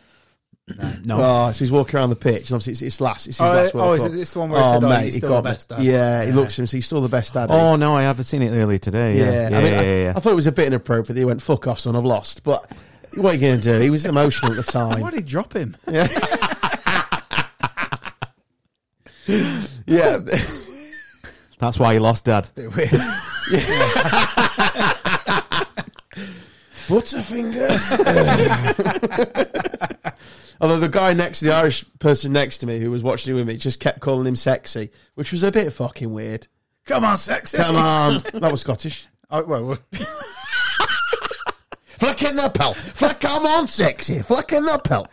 Speaker 3: No.
Speaker 1: Oh, so he's walking around the pitch, and obviously it's, it's last. It's his
Speaker 4: Oh,
Speaker 1: last World
Speaker 4: oh, is
Speaker 1: Cup.
Speaker 4: it this one where it said, oh, he's still the
Speaker 1: me.
Speaker 4: best dad?
Speaker 1: Yeah, he
Speaker 4: Yeah.
Speaker 1: looks at him, so he's still the best dad.
Speaker 3: Oh no, I have seen it earlier today.
Speaker 1: Yeah,
Speaker 3: Yeah, yeah,
Speaker 1: I, mean,
Speaker 3: yeah,
Speaker 1: I,
Speaker 3: yeah, yeah.
Speaker 1: I thought it was a bit inappropriate that he went "fuck off, son, I've lost." But what are you going to do? He was emotional at the
Speaker 4: Why
Speaker 1: time.
Speaker 4: did he drop him?
Speaker 1: yeah,
Speaker 3: That's why you lost, Dad.
Speaker 2: Bit weird.
Speaker 1: Butterfingers. Although the guy next to the Irish person next to me who was watching it with me just kept calling him sexy, which was a bit fucking weird.
Speaker 2: Come on, sexy.
Speaker 1: Come on, that was Scottish.
Speaker 2: Oh, well, well,
Speaker 1: Flicking the pill. Flick, come on, sexy. Flicking the pill.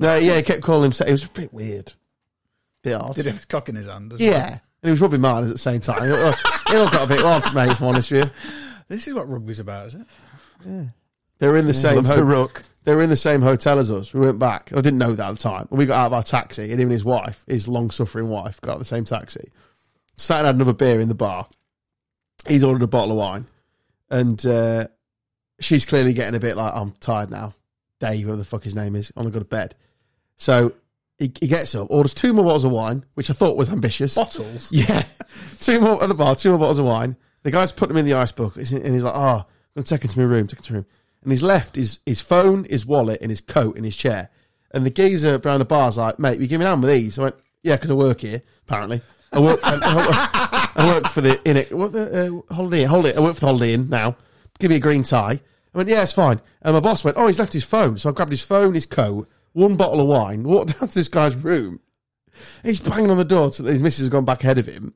Speaker 1: no, yeah, he kept calling him sexy. It was a bit weird, bit odd.
Speaker 2: did it with cock in his hand. didn't he?
Speaker 1: Yeah. And he was rubbing mine at the same time. It, it all got a bit odd, mate, if I'm honest with you.
Speaker 2: This is what rugby's about, is it?
Speaker 1: They were in the same
Speaker 3: Loves the
Speaker 1: ho-
Speaker 3: rook.
Speaker 1: they were in the same hotel as us. We went back. I didn't know that at the time. And we got out of our taxi, and him and his wife, his long suffering wife, got out of the same taxi. Sat and had another beer in the bar. He's ordered a bottle of wine. And uh, she's clearly getting a bit like, I'm tired now. Dave, whatever the fuck his name is, I'm gonna go to bed. So he, he gets up, orders two more bottles of wine, which I thought was ambitious.
Speaker 2: Bottles.
Speaker 1: Yeah. two more at the bar, two more bottles of wine. The guy's put them in the ice bucket and he's like, oh, I'm going to take him to my room, take him to my room. And he's left his, his phone, his wallet, and his coat in his chair. And the geezer around the bar's like, mate, you giving hand with these? I went, yeah, because I work here, apparently. I work for, I work for the in it. What the uh, holiday? Inn, Holiday. I work for the holiday inn now. Give me a green tie. I went, yeah, it's fine. And my boss went, oh, he's left his phone. So I grabbed his phone, his coat, one bottle of wine, walked down to this guy's room. He's banging on the door so that his missus has gone back ahead of him.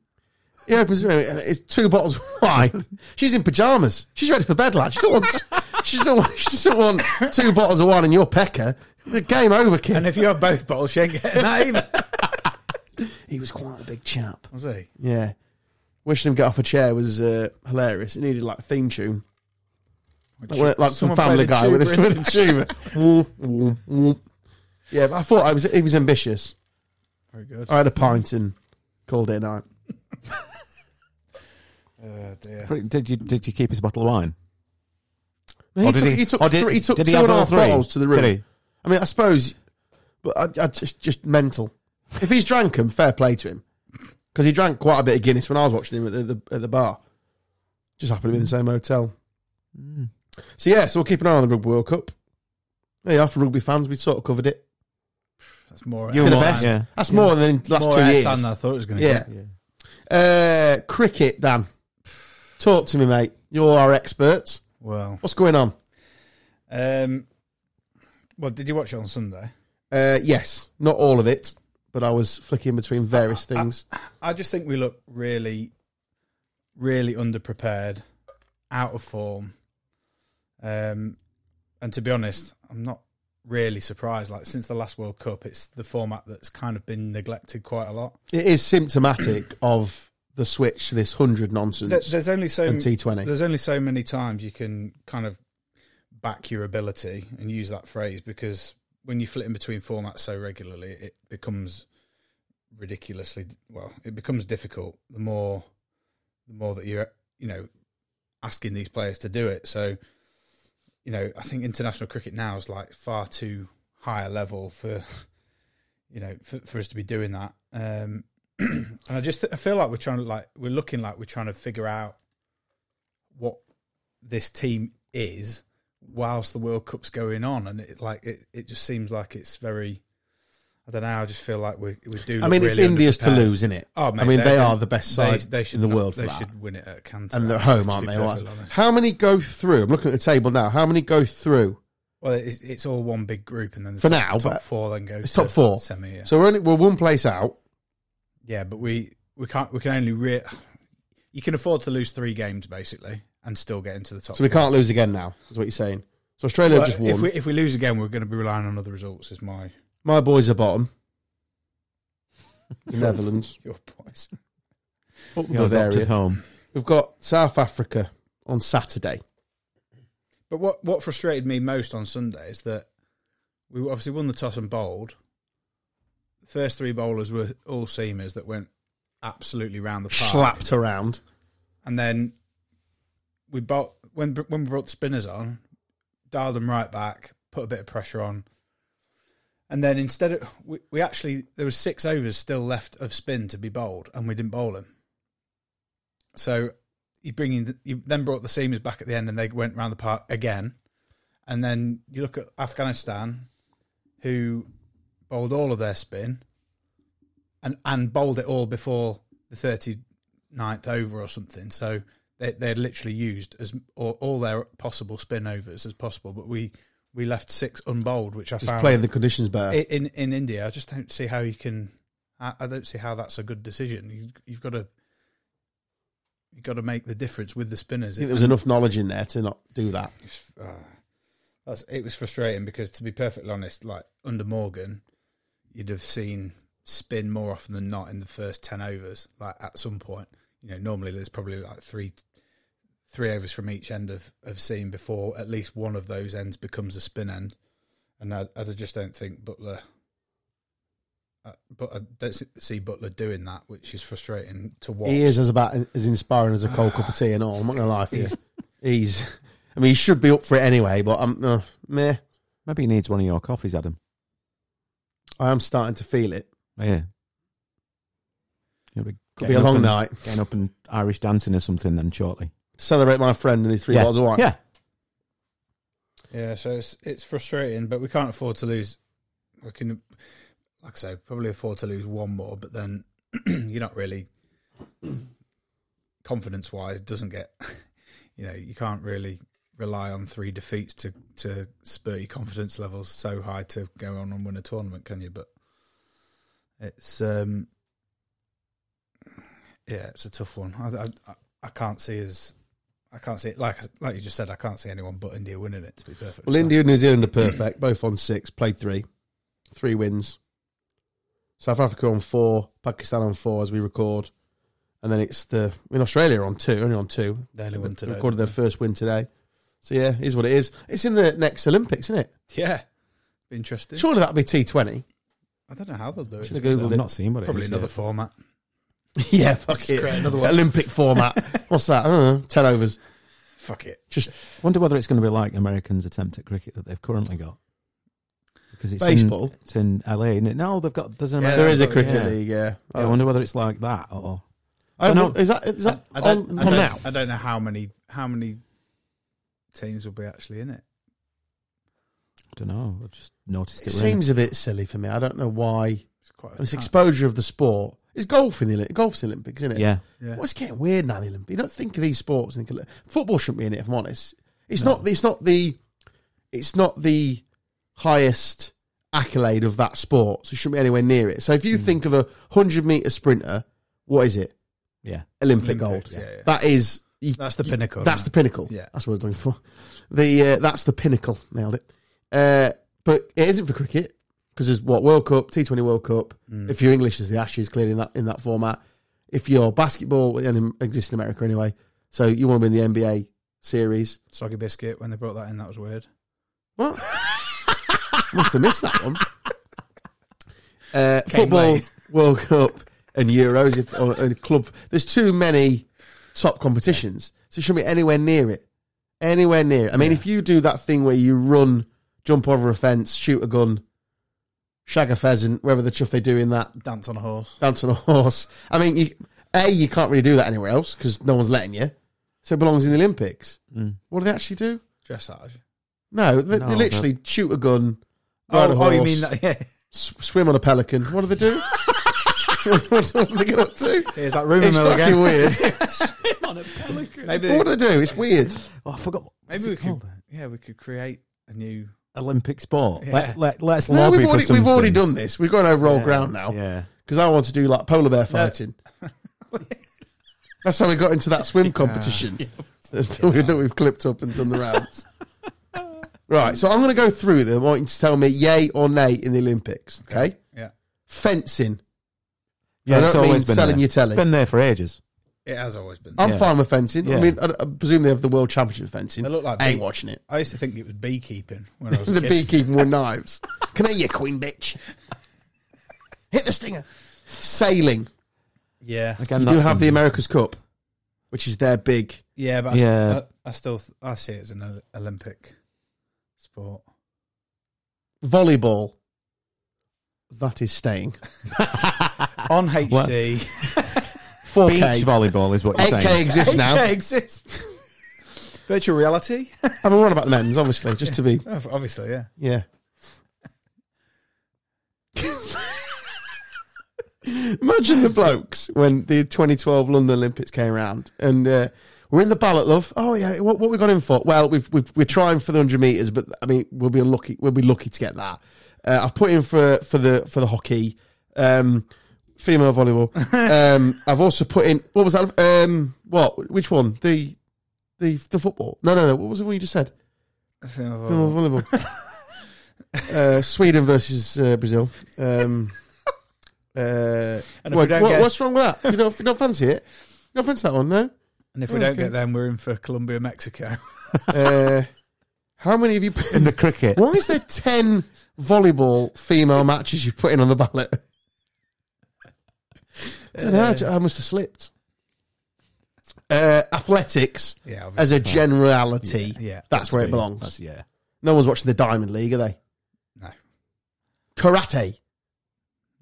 Speaker 1: He opens the room and it's two bottles of wine. She's in pajamas. She's ready for bed, lad. She doesn't want. She doesn't want. She doesn't want two bottles of wine and your pecker. The game over, kid.
Speaker 2: And if you have both bottles, she ain't getting that either.
Speaker 1: he was quite a big chap.
Speaker 2: Was he?
Speaker 1: Yeah. Wishing him get off a chair was uh, hilarious. It needed like a theme tune. Like, when- like some
Speaker 2: Someone
Speaker 1: Family
Speaker 2: played a
Speaker 1: Guy with a,
Speaker 2: tuba in
Speaker 1: with a tuba. Whoop, whoop, whoop. yeah, but I thought I was. He was ambitious.
Speaker 2: Very good.
Speaker 1: I had a pint and called it a night.
Speaker 2: Oh, dear.
Speaker 3: Did you did you keep his bottle of wine?
Speaker 1: He
Speaker 3: Or Oh, did
Speaker 1: took, he,
Speaker 3: he-
Speaker 1: took,
Speaker 3: or did-
Speaker 1: three, he took
Speaker 3: did
Speaker 1: two
Speaker 3: he
Speaker 1: and
Speaker 3: have
Speaker 1: a
Speaker 3: all
Speaker 1: half
Speaker 3: three?
Speaker 1: bottles to the room.
Speaker 3: Did he?
Speaker 1: I mean, I suppose, but I, I just just mental. If he's drank them, fair play to him, because he drank quite a bit of Guinness when I was watching him at the, the at the bar. Just happened to be in the same hotel.
Speaker 4: Mm.
Speaker 1: So yeah, so we'll keep an eye on the Rugby World Cup. There you are for rugby fans. We sort of covered it.
Speaker 2: That's more.
Speaker 1: Bit
Speaker 3: You
Speaker 1: of
Speaker 3: more-
Speaker 1: best.
Speaker 3: yeah.
Speaker 1: That's more than the last
Speaker 4: More
Speaker 1: two
Speaker 4: airtime
Speaker 1: years.
Speaker 4: than I thought it was going to
Speaker 1: Yeah. Uh, cricket, Dan. Talk to me, mate. You're our experts.
Speaker 4: Well,
Speaker 1: What's going on?
Speaker 4: um, well, did you watch it on Sunday?
Speaker 1: Uh, yes, not all of it, but I was flicking between various things.
Speaker 4: I just think we look really, really underprepared, out of form. Um,
Speaker 2: And to be honest, I'm not really surprised. Like since the last World Cup, it's the format that's kind of been neglected quite a lot.
Speaker 1: It is symptomatic of the switch to this hundred
Speaker 2: There-
Speaker 1: nonsense
Speaker 2: There's only so
Speaker 1: and T Twenty.
Speaker 2: there's only so many times you can kind of back your ability and use that phrase because when you flit in between formats so regularly, it becomes ridiculously well. It becomes difficult the more the more that you're you know asking these players to do it. So you know, I think international cricket now is like far too high a level for you know for, for us to be doing that. Um, and I just I feel like we're trying to like we're looking like we're trying to figure out what this team is whilst the World Cup's going on, and it like it, it just seems like it's very. I don't know. I just feel like we we do.
Speaker 1: I
Speaker 2: look
Speaker 1: mean, it's
Speaker 2: really
Speaker 1: India's to
Speaker 2: underprepared.
Speaker 1: lose, isn't it?
Speaker 2: Oh, mate,
Speaker 1: I mean,
Speaker 2: they're-
Speaker 1: they are the best
Speaker 2: They,
Speaker 1: side
Speaker 2: they
Speaker 1: in
Speaker 2: should
Speaker 1: the
Speaker 2: not-
Speaker 1: world for
Speaker 2: They
Speaker 1: that.
Speaker 2: should win it at Canter.
Speaker 1: and they're at
Speaker 2: actually,
Speaker 1: home,
Speaker 2: to
Speaker 1: aren't
Speaker 2: be
Speaker 1: they?
Speaker 2: perfectly
Speaker 1: Like,
Speaker 2: honest.
Speaker 1: How many go through? I'm looking at the table now. How many go through?
Speaker 2: Well, it's, it's all one big group, and then the
Speaker 1: For
Speaker 2: top,
Speaker 1: now,
Speaker 2: top
Speaker 1: but
Speaker 2: four then go.
Speaker 1: it's
Speaker 2: to
Speaker 1: top four.
Speaker 2: semi. Yeah.
Speaker 1: So we're only we're one place out.
Speaker 2: yeah, but we we can't we can only re- you can afford to lose three games basically and still get into the top.
Speaker 1: So we
Speaker 2: four.
Speaker 1: can't lose again now. Is what you're saying? So Australia
Speaker 2: But
Speaker 1: just
Speaker 2: if
Speaker 1: won.
Speaker 2: we if we lose again, we're going to be relying on other results. Is my
Speaker 1: My boys are bottom. The Netherlands.
Speaker 2: your points.
Speaker 1: Up the
Speaker 3: You're adopted
Speaker 1: Bavaria.
Speaker 3: home.
Speaker 1: We've got South Africa on Saturday.
Speaker 2: But what what frustrated me most on Sunday is that we obviously won the toss and bowled. The first three bowlers were all seamers that went absolutely round the park,
Speaker 1: Slapped around.
Speaker 2: and then we bought when when we brought the spinners on, dialed them right back, put a bit of pressure on, and then instead of we, we actually there was six overs still left of spin to be bowled, and we didn't bowl them. So you bring in the, you then brought the seamers back at the end, and they went round the park again, and then you look at Afghanistan, who bowled all of their spin, and and bowled it all before the thirty ninth over or something. So they they literally used as all, all their possible spin overs as possible, but we we left six unbowled, which I
Speaker 1: Just
Speaker 2: found
Speaker 1: playing the conditions better.
Speaker 2: in, in in India. I just don't see how you can. I, I don't see how that's a good decision. You, you've got to you've got to make the difference with the
Speaker 1: I
Speaker 2: spinners.
Speaker 1: think there was enough knowledge in there to not do that.
Speaker 2: It's, uh, that's, it was frustrating because, to be perfectly honest, like under Morgan, you'd have seen spin more often than not in the first ten overs. Like at some point, you know, normally there's probably like three three overs from each end of of seam before at least one of those ends becomes a spin end. And I, I just don't think Butler. uh, But I don't see- see Butler doing that, which is frustrating to watch.
Speaker 1: He is as about as inspiring as a cold cup of tea and all. I'm not gonna lie for you. He's, I mean, he should be up for it anyway. But I'm, uh, meh.
Speaker 3: Maybe he needs one of your coffees, Adam. Oh,
Speaker 1: I am starting to feel it.
Speaker 3: Yeah. You'll be
Speaker 1: Could be
Speaker 3: getting
Speaker 1: a
Speaker 3: up
Speaker 1: long
Speaker 3: and-
Speaker 1: night.
Speaker 3: Getting up and Irish dancing or something then shortly.
Speaker 1: Celebrate my friend and his three
Speaker 3: yeah.
Speaker 1: bottles of wine.
Speaker 3: Yeah.
Speaker 2: Yeah, so it's it's frustrating, but we can't afford to lose. We can, like I say, probably afford to lose one more, but then you're not really confidence wise. Doesn't get, you know, you can't really rely on three defeats to to spur your confidence levels so high to go on and win a tournament, can you? But it's um, yeah, it's a tough one. I I- I, I can't see as. I can't see it like like you just said. I can't see anyone but India winning it. To be perfect,
Speaker 1: Well, India and New Zealand are perfect. Both on six. Played three, three wins. South Africa on four. Pakistan on four as we record, and then it's the in Australia on two. Only on two.
Speaker 2: They only won today.
Speaker 1: Recorded their first win today. So yeah, it is what it is. It's in the next Olympics, isn't it?
Speaker 2: Yeah. Interesting.
Speaker 1: Surely that'll be T20.
Speaker 2: I don't know how they'll do it.
Speaker 1: Should've Googled
Speaker 3: I've not seen what it
Speaker 2: Probably
Speaker 3: is
Speaker 2: another
Speaker 3: yet.
Speaker 2: format.
Speaker 1: yeah, fuck
Speaker 2: Just
Speaker 1: it.
Speaker 2: create another one.
Speaker 1: Olympic format. What's that? I don't know. Ten overs.
Speaker 2: Fuck it.
Speaker 1: Just
Speaker 3: Wonder whether it's going to be like Americans' attempt at cricket that they've currently got. Because it's
Speaker 1: Baseball?
Speaker 3: In, it's in LA, isn't it? No, they've got. There's an
Speaker 2: Yeah,
Speaker 3: American,
Speaker 1: there is a
Speaker 2: but-
Speaker 1: cricket
Speaker 3: yeah.
Speaker 1: league. Yeah.
Speaker 3: Yeah, I wonder whether it's like that or.
Speaker 1: I
Speaker 3: don't know.
Speaker 1: Oh, Is that is that
Speaker 2: I
Speaker 1: on,
Speaker 2: don't, I
Speaker 1: on
Speaker 2: don't-
Speaker 1: now?
Speaker 2: I don't know how many how many teams will be actually in it.
Speaker 3: I don't know. I just noticed it.
Speaker 1: It
Speaker 3: were in
Speaker 1: seems a bit silly for me. I don't know why.
Speaker 2: It's quite a
Speaker 1: It's
Speaker 2: time.
Speaker 1: exposure of the sport. It's golf in the Olymp- golf's the Olympics, isn't it?
Speaker 3: Yeah.
Speaker 2: Yeah.
Speaker 1: Well, it's getting weird now. in the Olympics. You don't think of these sports. And think, football shouldn't be in it. If I'm honest, it's not. It's not the. It's not the highest accolade of that sport. So it shouldn't be anywhere near it. So if
Speaker 2: Mm.
Speaker 1: you think of a hundred meter sprinter, what is it?
Speaker 3: Yeah.
Speaker 1: Olympic
Speaker 2: Olympics,
Speaker 1: gold.
Speaker 2: yeah, yeah.
Speaker 1: That is you-
Speaker 4: That's the pinnacle.
Speaker 1: That's the pinnacle.
Speaker 2: Yeah.
Speaker 1: that's what I was looking for. The uh, that's the pinnacle. Nailed it. Uh, but it isn't for cricket because there's what World Cup, T20 World Cup. If you're English, is the Ashes clearly in that in that format. If you're basketball, and it exists in America anyway, so you want to be in the NBA series.
Speaker 4: soggy biscuit. When they brought that in, that was weird.
Speaker 1: What? Must have missed that one. Uh, football,
Speaker 4: late.
Speaker 1: World Cup, and Euros. If or, and club, there's too many top competitions, so it shouldn't be anywhere near it. Anywhere near it. I mean, if you do that thing where you run, jump over a fence, shoot a gun, shag a pheasant, whatever the chuff they do in that,
Speaker 4: Dance on a horse.
Speaker 1: dance on a horse. I mean, you, a you can't really do that anywhere else because no one's letting you. So it belongs in the Olympics. What do they actually do?
Speaker 4: Dressage.
Speaker 1: Mm. No, they,
Speaker 3: No,
Speaker 1: they
Speaker 3: but-
Speaker 1: literally shoot a gun, ride a
Speaker 2: Oh,
Speaker 1: horse,
Speaker 4: you mean that? Yeah.
Speaker 1: s- swim on a pelican. What do they do? what do they get up to?
Speaker 4: Here's that rumour
Speaker 1: It's
Speaker 4: mill
Speaker 1: fucking
Speaker 4: again.
Speaker 1: weird.
Speaker 4: Maybe,
Speaker 1: what
Speaker 4: they-
Speaker 1: do they do? It's weird.
Speaker 3: Oh, I forgot.
Speaker 4: maybe we could. Yeah, we could create a new.
Speaker 3: Olympic sport.
Speaker 4: Yeah.
Speaker 3: Let, let, let's
Speaker 1: No,
Speaker 3: lobby
Speaker 1: we've
Speaker 3: for
Speaker 1: already,
Speaker 3: something.
Speaker 1: we've already done this. We've gone over old ground now
Speaker 3: Yeah.
Speaker 1: because I want to do like polar bear fighting. That's how we got into that swim competition that, we, that we've clipped up and done the rounds. right, so I'm going to go through them. I want you to tell me yay or nay in the Olympics. Okay,
Speaker 2: Yeah.
Speaker 1: fencing.
Speaker 3: Yeah,
Speaker 1: I
Speaker 3: it's
Speaker 1: don't mean
Speaker 3: always been
Speaker 1: selling
Speaker 3: there.
Speaker 1: your telly.
Speaker 3: It's been there for ages.
Speaker 2: It has always been.
Speaker 1: I'm
Speaker 3: Yeah.
Speaker 1: fine with fencing. I
Speaker 3: Yeah.
Speaker 1: mean, I, I presume they have the world championship fencing.
Speaker 2: They look like
Speaker 1: I ain't
Speaker 2: bee-
Speaker 1: watching it.
Speaker 2: I used to think it was beekeeping when I was a
Speaker 1: the
Speaker 2: kid.
Speaker 1: beekeeping with knives. Come here, you queen bitch. Hit the stinger. Sailing.
Speaker 4: Yeah,
Speaker 3: Again,
Speaker 1: you do
Speaker 3: that's
Speaker 1: have the
Speaker 3: been-
Speaker 1: America's Cup, which is their big.
Speaker 4: yeah, but I,
Speaker 3: Yeah.
Speaker 4: I, I still th- I see it as an Ol- Olympic sport.
Speaker 1: Volleyball. That is staying.
Speaker 4: on HD.
Speaker 1: 4K.
Speaker 3: beach volleyball is what you're
Speaker 1: 8K
Speaker 3: saying.
Speaker 1: exists now.
Speaker 4: exists. Virtual reality,
Speaker 1: I mean, we're on about the men's, obviously, just to be,
Speaker 4: Oh, obviously, yeah.
Speaker 1: yeah. Imagine the blokes when the 2012 London Olympics came round and uh, we're in the ballot, love. Oh yeah, what what we got in for? Well, we've, we've we're trying for the 100 meters, but I mean, we'll be lucky. We'll be lucky to get that. Uh, I've put in for for the for the hockey, um, female volleyball. um, I've also put in what was that? Um, what? Which one? The the the football? No, no, no. What was the one you just said? Female volleyball. uh, Sweden versus uh, Brazil. Um, uh,
Speaker 4: And if we
Speaker 1: what,
Speaker 4: don't
Speaker 1: what-
Speaker 4: get-
Speaker 1: What's wrong with that? You don't, you don't fancy it? You don't fancy that one, no?
Speaker 4: And if we don't
Speaker 1: Okay.
Speaker 4: get them, we're in for Colombia, Mexico.
Speaker 1: Uh, how many of you?
Speaker 3: In the cricket.
Speaker 1: Why is there ten volleyball female matches you've put in on the ballot? I don't know. I must have slipped. Uh, athletics
Speaker 4: Yeah,
Speaker 1: as a generality,
Speaker 4: yeah.
Speaker 1: that's where it belongs.
Speaker 3: That's- yeah.
Speaker 1: No one's watching the Diamond League, are they?
Speaker 2: No.
Speaker 1: Karate.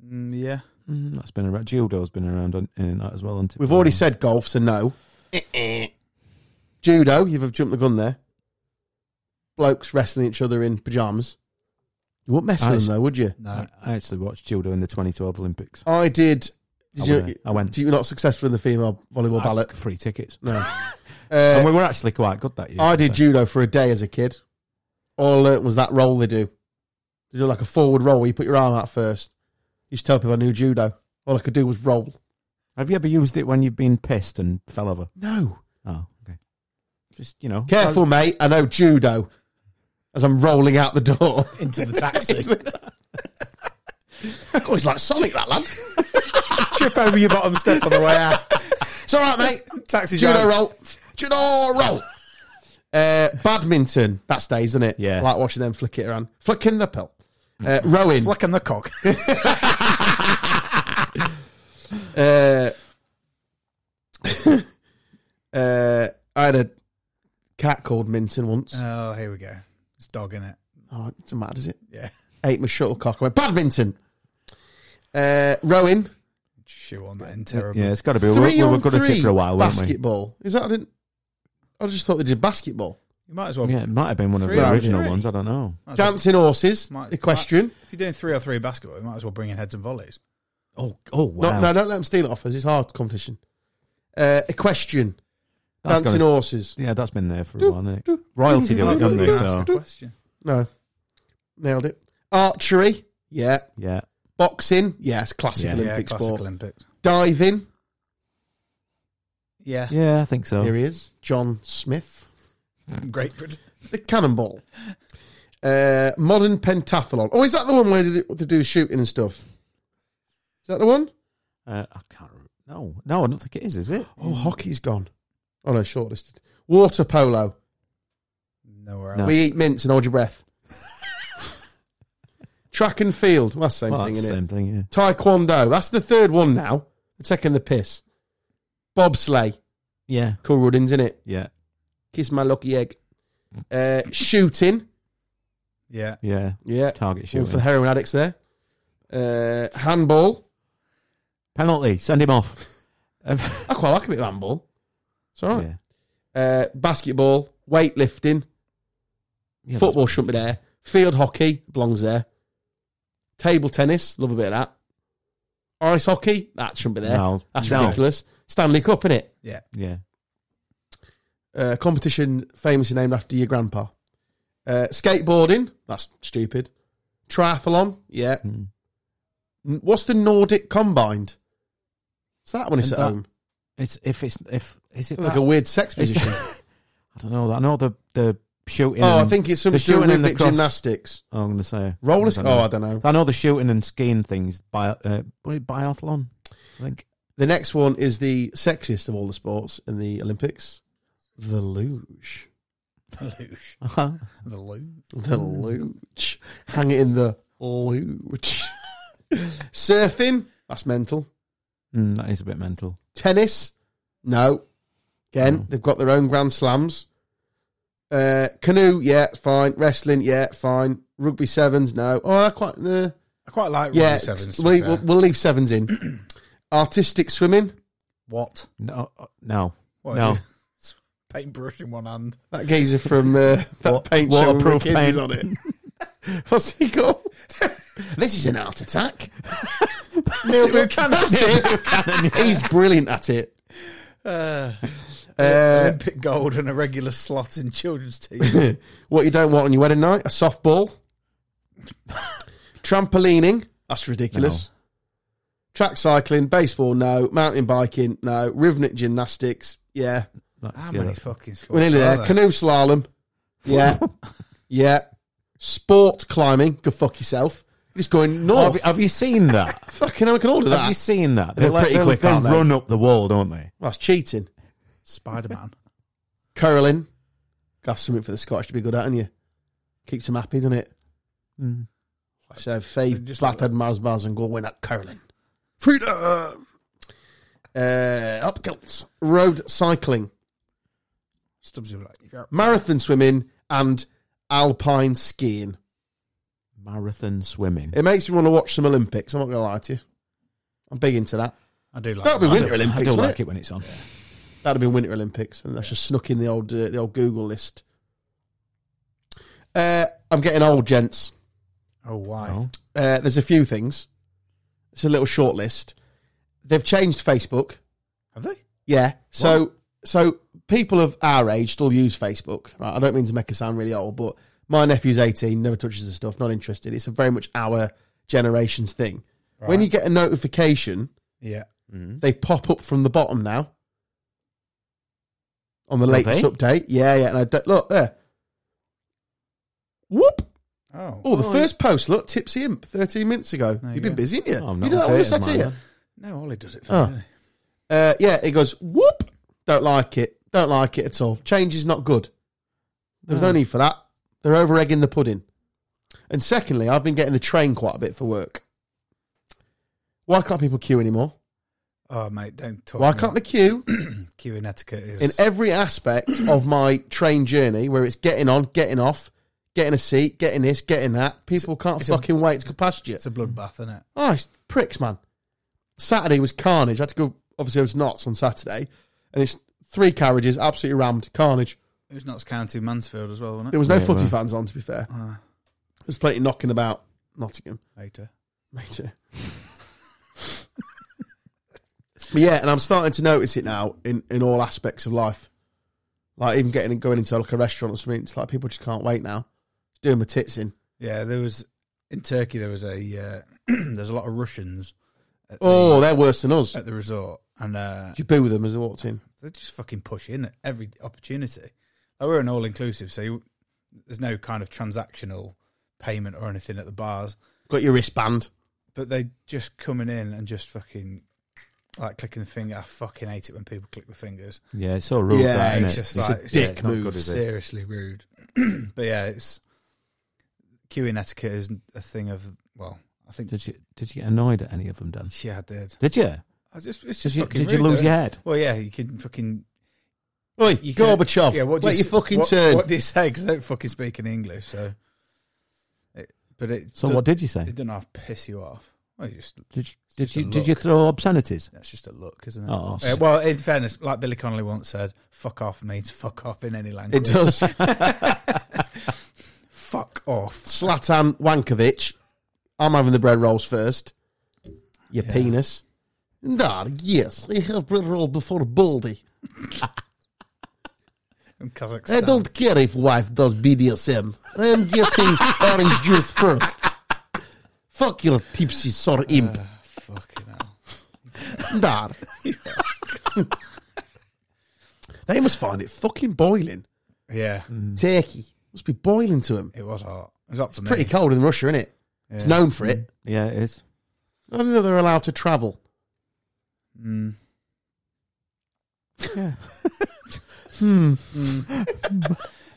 Speaker 4: Mm, yeah.
Speaker 3: Mm, that's been around. Judo's been around on, in that as well. hasn't it?
Speaker 1: We've already said golf, so no. Judo, you've jumped the gun there. Blokes wrestling each other in pajamas. You wouldn't mess with
Speaker 3: Nice.
Speaker 1: them though, would you?
Speaker 3: I, I actually watched judo in the 2012 Olympics.
Speaker 1: I did.
Speaker 3: I
Speaker 1: Did you?
Speaker 3: went. I went. Ah.
Speaker 1: Do you not successful in the female volleyball
Speaker 3: I-
Speaker 1: ballot?
Speaker 3: free tickets.
Speaker 1: No.
Speaker 3: and
Speaker 1: Uh,
Speaker 3: we were actually quite good that year.
Speaker 1: I did judo for a day as a kid. All I learnt was that roll they do. They do like a forward roll where you put your arm out first. You used to tell people I knew judo. All I could do was roll.
Speaker 3: Have you ever used it when you've been pissed and fell over?
Speaker 1: No.
Speaker 3: Oh, okay. Just you know,
Speaker 1: Careful, mate. I know judo as I'm rolling out the door.
Speaker 4: Into the taxi.
Speaker 1: oh, he's like Sonic, that lad.
Speaker 4: Trip over your bottom step on the way out.
Speaker 1: It's all right, mate.
Speaker 4: Taxi
Speaker 1: Judo
Speaker 4: driver.
Speaker 1: roll. Judo roll. Uh, badminton. That stays, doesn't it?
Speaker 3: Yeah.
Speaker 1: I like watching them flick it around. Flicking the pill. Uh, rowing.
Speaker 4: Flicking the cock.
Speaker 1: Uh, uh, I had a cat called Minton once.
Speaker 4: oh,
Speaker 2: Uh.
Speaker 4: here we go. It's dog in it.
Speaker 1: oh, it doesn't matter, does it?
Speaker 4: Yeah.
Speaker 1: Ate my shuttlecock. I went, badminton. Uh, rowing.
Speaker 4: Shoe on that in
Speaker 3: Yeah,
Speaker 4: terrible.
Speaker 3: it's got to be. We,
Speaker 1: Three
Speaker 3: we were
Speaker 1: on
Speaker 3: good at
Speaker 1: three
Speaker 3: it for a while, weren't we?
Speaker 1: basketball. Is that? I didn't. I just thought they did basketball.
Speaker 4: You might as well.
Speaker 3: Yeah, it might have been one of
Speaker 4: Three
Speaker 3: the
Speaker 1: on
Speaker 3: original
Speaker 4: three.
Speaker 3: ones. I don't know.
Speaker 4: might as well-
Speaker 1: Dancing horses,
Speaker 4: Might-
Speaker 1: equestrian.
Speaker 4: if you're doing three or three basketball, you might as well bring in heads and volleys.
Speaker 3: Oh, oh
Speaker 1: No,
Speaker 3: wow!
Speaker 1: no, don't let them steal it off us. It's hard competition. Uh, equestrian,
Speaker 3: That's
Speaker 1: dancing
Speaker 3: gonna-
Speaker 1: horses.
Speaker 3: yeah, that's been there for a
Speaker 1: Do,
Speaker 3: while. Hasn't it?
Speaker 1: do,
Speaker 3: Royalty
Speaker 1: do,
Speaker 3: do
Speaker 1: do,
Speaker 3: it, don't
Speaker 1: do,
Speaker 3: they?
Speaker 1: do,
Speaker 3: So
Speaker 4: question.
Speaker 1: No, nailed it. Archery, yeah.
Speaker 3: yeah,
Speaker 1: Boxing, yes. Classic
Speaker 3: Yeah.
Speaker 1: Olympic
Speaker 4: yeah, classic
Speaker 1: sport.
Speaker 4: Olympics.
Speaker 1: Diving,
Speaker 4: Yeah.
Speaker 3: Yeah, I think so.
Speaker 1: Here he is, John Smith.
Speaker 2: Great Britain.
Speaker 1: The cannonball. Uh, modern pentathlon. Oh, is that the one where they do, they do shooting and stuff? Is that the one?
Speaker 3: Uh, I can't remember. No, no, I don't think it is, is it?
Speaker 1: Oh, hockey's gone. Oh, no, shortlisted. Water polo.
Speaker 2: Nowhere
Speaker 3: No.
Speaker 2: else.
Speaker 1: We eat mints and hold your breath. Track and field. Well, that's the same
Speaker 3: Well,
Speaker 1: thing,
Speaker 3: that's
Speaker 1: isn't
Speaker 3: the
Speaker 1: it?
Speaker 3: same thing, yeah.
Speaker 1: Taekwondo. That's the third one now. They're taking the piss. Bobsleigh.
Speaker 3: Yeah,
Speaker 1: Cool ruddings, isn't it?
Speaker 3: yeah,
Speaker 1: Kiss my lucky egg. Uh, shooting.
Speaker 2: Yeah.
Speaker 3: Mm. yeah.
Speaker 1: Yeah.
Speaker 3: Target
Speaker 1: All for
Speaker 3: shooting.
Speaker 1: the heroin addicts there. Uh, handball.
Speaker 3: Penalty, send him off. Um,
Speaker 1: I quite like a bit of handball. It's all right.
Speaker 3: yeah.
Speaker 1: Uh, basketball. Weightlifting.
Speaker 3: Yeah,
Speaker 1: Football shouldn't be there. Field hockey belongs there. Table tennis, love a bit of that. Ice hockey, that shouldn't be
Speaker 3: that's-
Speaker 1: there.
Speaker 3: No,
Speaker 1: That's
Speaker 3: no.
Speaker 1: ridiculous. Stanley Cup, innit?
Speaker 3: Yeah.
Speaker 1: Uh, competition famously named after your grandpa. Uh, skateboarding, that's stupid. Triathlon, yeah.
Speaker 3: Mm.
Speaker 1: N- What's the Nordic combined? It's that when it's at
Speaker 3: And that-
Speaker 1: home.
Speaker 3: It's if it's if is it
Speaker 1: It's like
Speaker 3: that-
Speaker 1: a weird sex
Speaker 3: is
Speaker 1: position.
Speaker 3: that- I don't know. I know the the shooting.
Speaker 1: Oh, I
Speaker 3: and-
Speaker 1: think it's something
Speaker 3: the
Speaker 1: to do with
Speaker 3: shooting and the
Speaker 1: Olympic
Speaker 3: cross-
Speaker 1: gymnastics.
Speaker 3: oh, I'm going to say
Speaker 1: Roller
Speaker 3: I
Speaker 1: sk-
Speaker 3: don't
Speaker 1: Oh,
Speaker 3: know.
Speaker 1: I don't know.
Speaker 3: I know the shooting and skiing things. Bi- uh, what is it, biathlon, I think.
Speaker 1: The next one is the sexiest of all the sports in the Olympics the luge.
Speaker 2: Luge.
Speaker 3: Uh-huh.
Speaker 2: The luge.
Speaker 1: The luge. Hang it in the luge. Surfing. That's mental.
Speaker 3: Mm, that is a bit mental.
Speaker 1: Tennis. No. Again,
Speaker 3: No.
Speaker 1: they've got their own grand slams. Uh, canoe. Yeah, fine. Wrestling. Yeah, fine. Rugby sevens. No. Oh, I quite. Uh,
Speaker 2: I quite like
Speaker 1: yeah.
Speaker 2: Rugby sevens. to be
Speaker 1: we'll,
Speaker 2: fair.
Speaker 1: we'll, we'll leave sevens in. Artistic swimming.
Speaker 2: what?
Speaker 3: No, uh, no.
Speaker 2: What?
Speaker 3: No.
Speaker 2: Paintbrush in one hand.
Speaker 1: That geezer from uh, that
Speaker 3: Wa-
Speaker 1: paint show with the
Speaker 3: waterproof
Speaker 1: kids is
Speaker 3: paint.
Speaker 1: on it. What's he called? this is an art attack. Neil Buchanan. That's it. He's brilliant at it. Uh,
Speaker 2: Olympic gold and a regular slot in children's team.
Speaker 1: what you don't want on your wedding night? A softball. Trampolining. That's ridiculous. Track cycling, baseball, no. Mountain biking, no. Rivenet gymnastics, yeah.
Speaker 3: That's,
Speaker 2: How
Speaker 3: yeah,
Speaker 2: many
Speaker 3: that's-
Speaker 2: fucking sports
Speaker 1: We're nearly
Speaker 2: are
Speaker 1: there.
Speaker 2: there?
Speaker 1: Canoe slalom, yeah. yeah. Sport climbing, go fuck yourself. Just going
Speaker 3: Oh, have,
Speaker 1: north.
Speaker 3: you- have you seen that?
Speaker 1: Fucking hell, I can order
Speaker 3: have
Speaker 1: that.
Speaker 3: you seen that?
Speaker 1: They're pretty
Speaker 3: they
Speaker 1: quick,
Speaker 3: they
Speaker 1: aren't they?
Speaker 3: run up the wall, don't they?
Speaker 1: Well, that's cheating.
Speaker 2: Spider-Man.
Speaker 1: Curling. That's something for the Scottish to be good at, and you keeps them happy, doesn't it?
Speaker 3: Mm.
Speaker 1: So Faith
Speaker 2: Just-
Speaker 1: just flathead Mars bars and go win at curling. Freedom. Uh, up kilts. Road cycling,
Speaker 2: Stubbs will be like, yeah.
Speaker 1: marathon swimming, and alpine skiing.
Speaker 3: Marathon swimming.
Speaker 1: It makes me want to watch some Olympics. I'm not going to lie to you. I'm big into that.
Speaker 2: I do like
Speaker 1: That'd be
Speaker 2: that.
Speaker 1: Winter
Speaker 3: I don't, I
Speaker 1: Olympics,
Speaker 3: don't
Speaker 1: wouldn't
Speaker 3: like
Speaker 1: it?
Speaker 3: it? when it's on.
Speaker 1: That'd have been Winter Olympics, and that's just snuck in the old uh, the old Google list. Uh, I'm getting old, gents.
Speaker 2: Oh, why?
Speaker 3: No.
Speaker 1: Uh, there's a few things. It's a little short list. They've changed Facebook.
Speaker 2: Have they?
Speaker 1: Yeah. So so people of our age still use Facebook. Right? I don't mean to make it sound really old, but my nephew's 18, never touches the stuff, not interested. It's a very much our generation's thing. When you get a notification,
Speaker 2: Yeah.
Speaker 1: they pop up from the bottom now. On the
Speaker 3: Do
Speaker 1: latest
Speaker 3: they?
Speaker 1: update, yeah, yeah. And I don't, look there. Whoop!
Speaker 2: Oh.
Speaker 1: Oh, the first post. Look, Tipsy Imp, thirteen minutes ago.
Speaker 2: There
Speaker 1: You've
Speaker 2: you
Speaker 1: been
Speaker 2: go.
Speaker 1: busy, haven't you?
Speaker 3: Oh, I'm
Speaker 1: you
Speaker 3: not
Speaker 1: do that when you
Speaker 3: updated
Speaker 1: sat
Speaker 3: mine,
Speaker 1: here.
Speaker 3: then.
Speaker 2: No, Ollie does it for
Speaker 1: Oh.
Speaker 2: me. doesn't
Speaker 1: Uh, yeah, it goes whoop. Don't like it. Don't like it at all. Change is not good. There's no
Speaker 3: No.
Speaker 1: need for that. They're over egging the pudding. And secondly, I've been getting the train quite a bit for work. Why can't people queue anymore?
Speaker 2: he? Oh, mate, don't talk.
Speaker 1: Why can't they queue
Speaker 2: queuing etiquette is
Speaker 1: in e- every aspect of my train journey where it's getting on, getting off, getting a seat, getting this, getting that? People can't
Speaker 2: it's a-
Speaker 1: fucking wait to go past you.
Speaker 2: it's a bloodbath, isn't it?
Speaker 1: Oh, it's pricks, man. Saturday was carnage. I had to go, obviously, I was knots on Saturday, and it's three carriages, absolutely rammed, carnage.
Speaker 2: It was Notts County, Mansfield as well, wasn't
Speaker 1: There
Speaker 2: it?
Speaker 1: was no
Speaker 3: Yeah,
Speaker 1: footy
Speaker 3: well.
Speaker 1: fans on, to be fair.
Speaker 2: Ah,
Speaker 1: There's plenty knocking about Nottingham,
Speaker 2: later.
Speaker 1: mate. but yeah, and I'm starting to notice it now in, in all aspects of life. Like even getting going into like a restaurant or something, it's like people just can't wait now. It's doing my tits in.
Speaker 2: Yeah, there was in Turkey. There was a uh, there's a lot of Russians. At
Speaker 1: Oh,
Speaker 2: the,
Speaker 1: they're worse than us.
Speaker 2: at the resort, and uh,
Speaker 1: Did you boo them as they walked in?
Speaker 2: They just fucking push in at every opportunity. Like we're an all inclusive, so you, there's no kind of transactional payment or anything at the bars.
Speaker 1: Got your wristband.
Speaker 2: But they just coming in and just fucking like clicking the finger. I fucking hate it when people click the fingers.
Speaker 3: Yeah, it's so rude.
Speaker 1: Yeah,
Speaker 3: that, isn't
Speaker 2: it's
Speaker 3: it?
Speaker 2: just like-
Speaker 3: yeah,
Speaker 2: it's
Speaker 1: dick
Speaker 3: not
Speaker 1: move.
Speaker 3: good, is it?
Speaker 2: Seriously rude. but yeah, it's queuing etiquette is a thing of well, I think
Speaker 3: Did you did you get annoyed at any of them, Dan?
Speaker 2: yeah, I did.
Speaker 3: Did you?
Speaker 2: I just it's
Speaker 3: Did
Speaker 2: just
Speaker 3: you,
Speaker 2: fucking
Speaker 3: did you
Speaker 2: rude,
Speaker 3: lose
Speaker 2: though.
Speaker 3: your head?
Speaker 2: Well, yeah, you can fucking
Speaker 1: Oi,
Speaker 2: you can-
Speaker 1: Gorbachev.
Speaker 3: Oh,
Speaker 2: Yeah, what do
Speaker 1: wait
Speaker 2: you
Speaker 1: your
Speaker 2: s-
Speaker 1: fucking
Speaker 2: what,
Speaker 1: turn.
Speaker 2: What do you say? Because I don't fucking speak in English, so. It, but it
Speaker 3: So
Speaker 2: do-
Speaker 3: what did you say?
Speaker 2: It doesn't half piss you off. Well, you just
Speaker 3: Did you
Speaker 2: it's
Speaker 3: did
Speaker 2: just
Speaker 3: you
Speaker 2: a
Speaker 3: did you
Speaker 2: look.
Speaker 3: throw obscenities?
Speaker 2: That's just a look, isn't it?
Speaker 3: Oh,
Speaker 2: Yeah, well, in fairness, like Billy Connolly once said, "Fuck off" means "fuck off" in any
Speaker 1: It
Speaker 2: language.
Speaker 1: does.
Speaker 2: Fuck off.
Speaker 1: Slatan Wankovic. I'm having the bread rolls first. Your
Speaker 2: Yeah.
Speaker 1: penis. Ah, yes, I have bread roll before baldy.
Speaker 2: In Kazakhstan,
Speaker 1: I don't care if wife does BDSM. I am getting orange juice first. Fuck your tipsy sore imp.
Speaker 2: Ah, fucking hell.
Speaker 1: Dar. they must find it fucking boiling.
Speaker 2: Yeah,
Speaker 3: Mm.
Speaker 1: Mm. Turkey must be boiling to them.
Speaker 2: it was hot. It was up for me.
Speaker 1: Pretty cold in Russia, isn't it? It's known for it.
Speaker 3: Yeah, it is.
Speaker 1: I don't know they're allowed to travel.
Speaker 2: Mm.
Speaker 3: Yeah.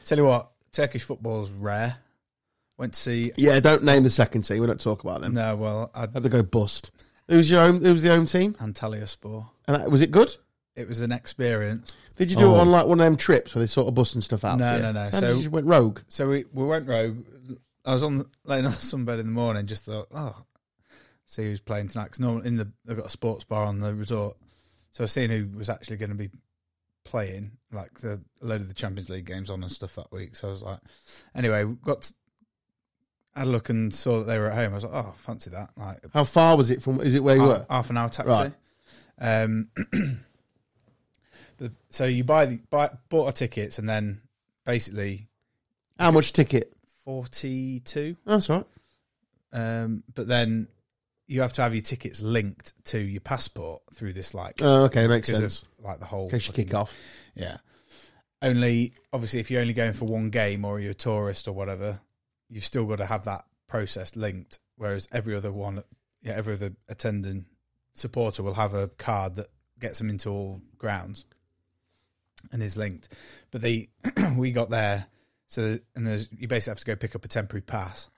Speaker 2: Tell you what, Turkish football's rare. Went to see.
Speaker 1: Yeah, don't name the second team. We don't talk about them.
Speaker 2: No, well, I
Speaker 1: Have they go bust? Who's your home? Who's the home team?
Speaker 2: Antalyaspor.
Speaker 1: And that, was it good?
Speaker 2: It was an experience.
Speaker 1: Did you do
Speaker 3: Oh.
Speaker 1: it on like one of them trips where they sort of bust and stuff out?
Speaker 2: No,
Speaker 1: for you?
Speaker 2: no, no.
Speaker 1: So, you
Speaker 2: So-
Speaker 1: just went rogue.
Speaker 2: So we, we went rogue. I was on laying on the sunbed in the morning. Just thought, oh, see who's playing tonight. Because normally in the they've got a sports bar on the resort, so I was seeing who was actually going to be playing. Like the a load of the Champions League games on and stuff that week. So I was like, anyway, we got to, had a look and saw that they were at home. I was like, oh, fancy that. Like
Speaker 1: How far was it from? Is it where you
Speaker 2: half,
Speaker 1: were?
Speaker 2: half an hour taxi.
Speaker 1: Right.
Speaker 2: Um, but, so you buy the buy bought our tickets and then basically
Speaker 1: How much ticket?
Speaker 2: forty two.
Speaker 1: Oh, that's all right.
Speaker 2: um, but then you have to have your tickets linked to your passport through this like
Speaker 1: Oh, okay, makes
Speaker 2: because
Speaker 1: sense.
Speaker 2: of like the whole
Speaker 1: In case you
Speaker 2: fucking-
Speaker 1: kick off.
Speaker 2: yeah. Only obviously if you're only going for one game or you're a tourist or whatever, you've still got to have that process linked. Whereas every other one, yeah, every other attending supporter will have a card that gets them into all grounds and is linked. But they we got there, so and there's, you basically have to go pick up a temporary pass.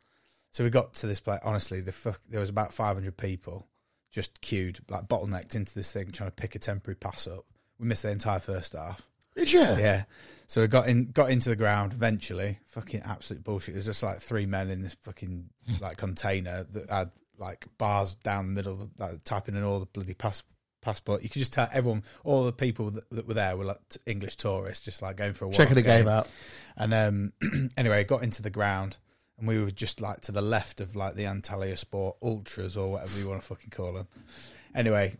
Speaker 2: So we got to this place. Honestly, the fuck, there was about 500 people just queued, like bottlenecked into this thing, trying to pick a temporary pass up. We missed the entire first half.
Speaker 1: Did you?
Speaker 2: Yeah. So we got in, got into the ground eventually. Fucking absolute bullshit. It was just like three men in this fucking like container that had like bars down the middle, like typing in all the bloody pass, passport. You could just tell everyone, all the people that, that were there were like t- English tourists, just like going for a walk.
Speaker 1: Checking the game out.
Speaker 2: And um, anyway, got into the ground, and we were just like to the left of like the Antalya Sport Ultras or whatever you want to fucking call them. Anyway,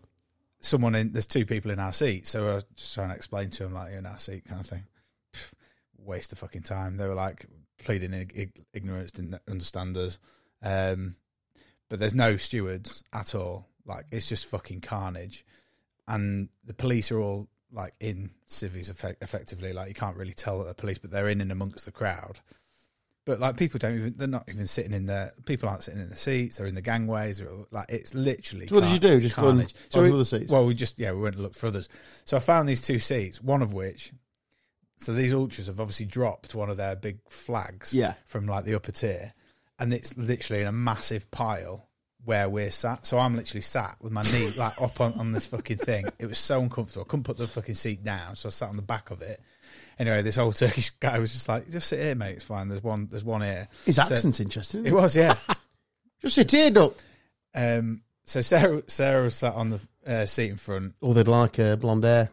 Speaker 2: someone in there's two people in our seat, so I was just trying to explain to them like you're in our seat kind of thing. Pff, waste of fucking time. They were like pleading ig- ig- ignorance, didn't understand us. Um, but there's no stewards at all. Like it's just fucking carnage, and the police are all like in civvies effect- effectively. Like you can't really tell that they're police, but they're in and amongst the crowd. But like people don't even they're not even sitting in their people aren't sitting in the seats. They're in the gangways. Or like it's literally.
Speaker 1: So what did
Speaker 2: car-
Speaker 1: you do? Just go and
Speaker 2: carnage. So
Speaker 1: find
Speaker 2: we-
Speaker 1: other seats?
Speaker 2: Well, we just yeah we went and looked for others. So I found these two seats. One of which. So these ultras have obviously dropped one of their big flags
Speaker 1: Yeah.
Speaker 2: from like the upper tier, and it's literally in a massive pile where we're sat. So I'm literally sat with my knee like up on, on this fucking thing. It was so uncomfortable. I couldn't put the fucking seat down, so I sat on the back of it. Anyway, this old Turkish guy was just like, "Just sit here, mate. It's fine. There's one. There's one here."
Speaker 1: His
Speaker 2: So-
Speaker 1: accent's interesting.
Speaker 2: It
Speaker 1: Isn't it?
Speaker 2: was, yeah.
Speaker 1: Just sit here, duck.
Speaker 2: um, so Sarah, Sarah was sat on the uh, seat in front.
Speaker 1: Or they'd like a blonde hair.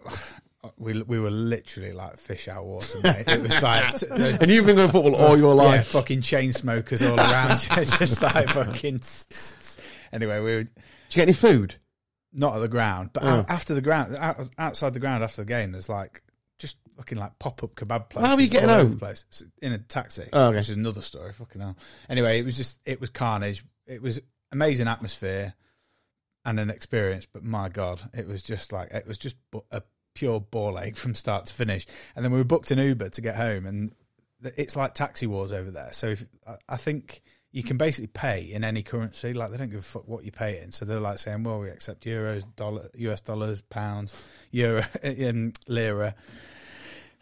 Speaker 2: We we were literally like fish out of water, mate. It was like
Speaker 1: And you've been going to football all your
Speaker 2: Yeah,
Speaker 1: life.
Speaker 2: fucking chain smokers all around. just like fucking. Anyway, we were
Speaker 1: Did you get any food?
Speaker 2: not at the ground, but
Speaker 1: Oh.
Speaker 2: out, after the ground, out, outside the ground after the game, there's like just fucking like pop up kebab places.
Speaker 1: How are you getting
Speaker 2: all over
Speaker 1: home?
Speaker 2: The place S- in a taxi,
Speaker 1: Mm. Oh, okay.
Speaker 2: which is another story. Fucking hell. Anyway, it was just it was carnage. It was amazing atmosphere and an experience, but my god, it was just like it was just bu- a pure ball ache from start to finish. And then we were booked an Uber to get home, and th- it's like taxi wars over there. So if, I- I think you can basically pay in any currency. Like they don't give a fuck what you pay in. So they're like saying, well, we accept euros, dollar, US dollars, pounds, euro, um, lira.